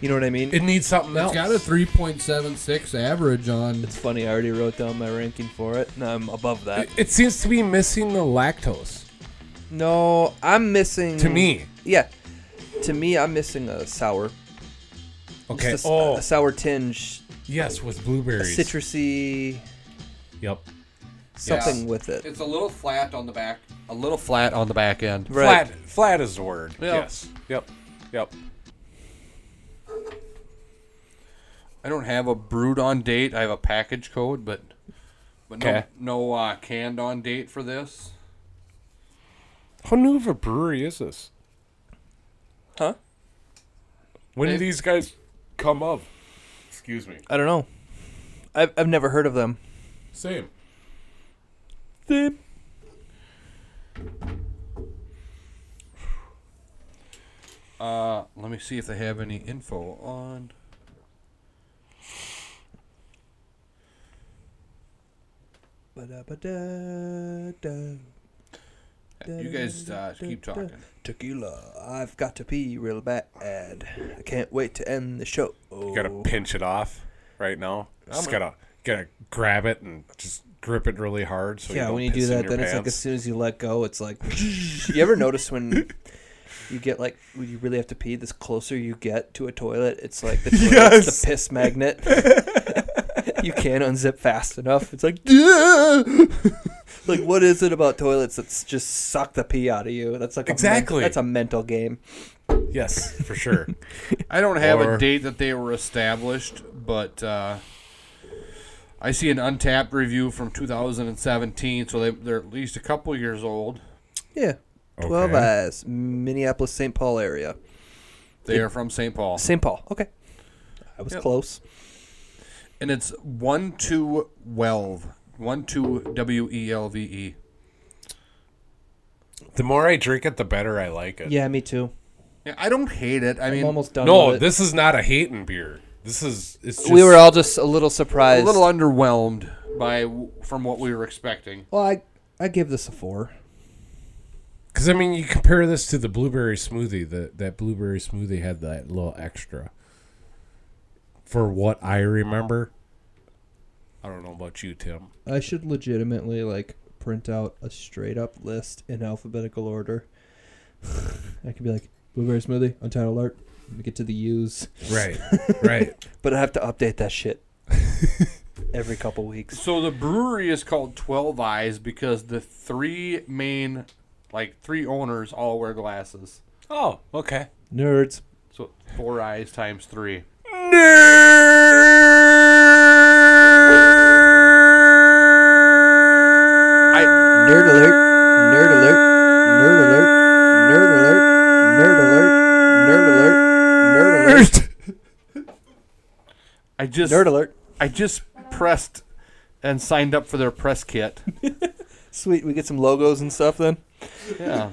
You know what I mean?
It needs something
It's
else.
got a 3.76 average on.
It's funny. I already wrote down my ranking for it, and I'm above that.
It, it seems to be missing the lactose.
No, I'm missing.
To me.
Yeah. To me, I'm missing a sour.
Okay.
Just a, s-
Oh.
a sour tinge.
Yes, with
A
blueberries.
citrusy.
Yep.
Something
Yeah.
with it.
It's a little flat on the back. A little flat on the back end.
Flat, flat is the word.
Yeah.
Yes. Yep. Yep.
I don't have a brewed on date. I have a package code, but but no
Okay.
no uh, canned on date for this.
How new of a brewery is this?
Huh?
When
They-
did these guys come up? Excuse me.
I don't know. I've, I've never heard of them.
Same.
Uh, let me see if they have any info on. You guys uh, keep talking.
Tequila. I've got to pee real bad. I can't wait to end the show.
You gotta pinch it off right now. Just
I'm-
gotta gotta grab it and just grip it really hard. So you
yeah,
don't
when you do
piss in
that,
your
then it's like as
pants.
soon as you let go, it's like. you ever notice when you get like when you really have to pee? This closer you get to a toilet, it's like the toilet's
Yes.
the piss magnet. you can't unzip fast enough. It's like, like what is it about toilets that's just suck the pee out of you? That's like a men-
Exactly.
that's a mental game.
yes, for sure.
I don't have
Or-
a date that they were established, but uh, I see an untapped review from 2017, so they, they're at least a couple years old.
Yeah. Twelve
Okay.
Eyes, Minneapolis, St. Paul area.
They are from St. Paul.
St. Paul. Okay. I was
Yep.
close.
And it's 1212. 12 W E L V E.
the more I drink it, the better I like it.
Yeah, me too.
Yeah, I don't hate it. I mean,
almost done with
No,
it.
this is not a hating beer. This is it's. Just,
we were all just a little surprised.
a little underwhelmed by from what we were expecting.
Well, I I give this a four.
because I mean you compare this to the blueberry smoothie. That that blueberry smoothie had that little extra. For what I remember, I don't know about you, Tim.
I should legitimately like print out a straight up list in alphabetical order
I could be like blueberry smoothie, untitled art. We get to the U's.
Right, right.
but I have to update that shit every couple weeks.
So the brewery is called Twelve Eyes because the three main, like three owners, all wear glasses.
Oh, okay.
Nerds.
So four eyes times three.
Nerd alert. Nerd alert. Nerd alert. Nerd alert. Nerd alert. Nerd alert. Nerd alert.
I just
Nerd alert.
I just pressed and signed up for their press kit.
Sweet, we get some logos and stuff then.
Yeah.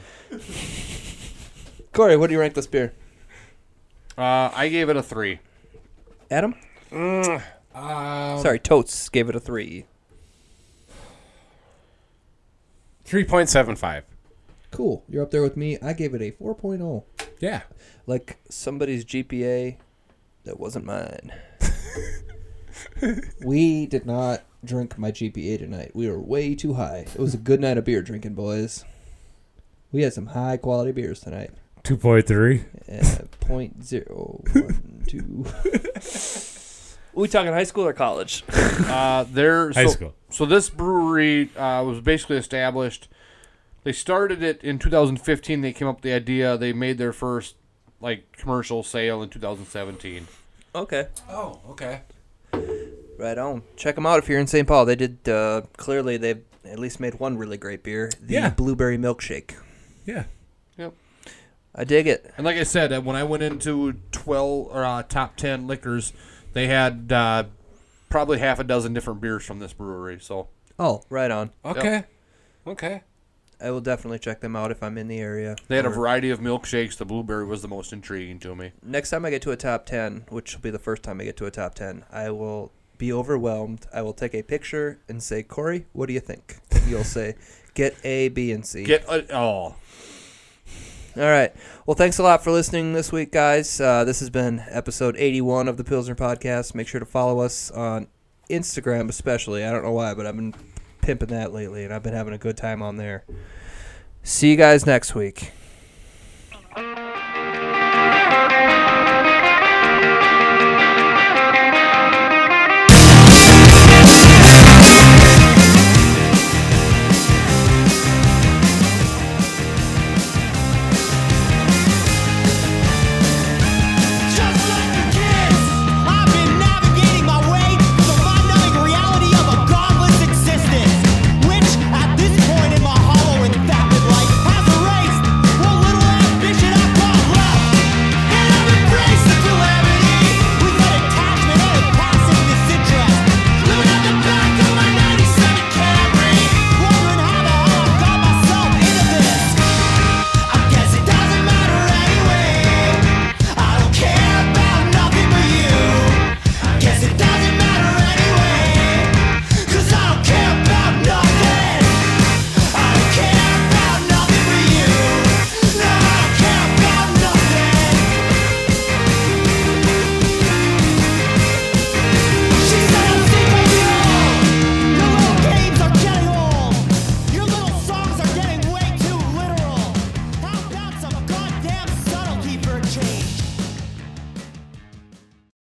Corey, what do you rank this beer?
Uh, I gave it a three.
Adam? Sorry, Totes gave it a three.
3.75.
Cool. You're up there with me. I gave it a oh. 4.0.
Yeah.
Like somebody's GPA that wasn't mine.
We did not drink my GPA tonight. We were way too high. It was a good night of beer drinking, boys. We had some high quality beers tonight.
2.3.
Uh, point zero one two.
We talking high school or college?
Uh, they're
High
so,
school.
So this brewery uh, was basically established. They started it in 2015. They came up with the idea. They made their first like commercial sale in 2017.
okay.
Oh, okay.
Right on. Check them out if you're in St. Paul. They did, uh, clearly, they've at least made one really great beer the
Yeah.
blueberry milkshake.
Yeah.
Yep.
I dig it.
And like I said, uh, when I went into 12 or uh, top 10 liquors, they had uh, probably half a dozen different beers from this brewery. So
Oh, right on.
Okay. Okay.
I will definitely check them out if I'm in the area. Um,
they had a
Or-
variety of milkshakes. The blueberry was the most intriguing to me.
next time I get to a top 10, which will be the first time I get to a top 10, I will be overwhelmed. I will take a picture and say, Corey, what do you think? You'll say, get A, B, and C.
Get uh, oh, it all.
All right. Well, thanks a lot for listening this week, guys. Uh, this has been episode 81 of the Pilsner Podcast. Make sure to follow us on Instagram, especially. I don't know why, but I've been pimping that lately, and I've been having a good time on there. See you guys next week.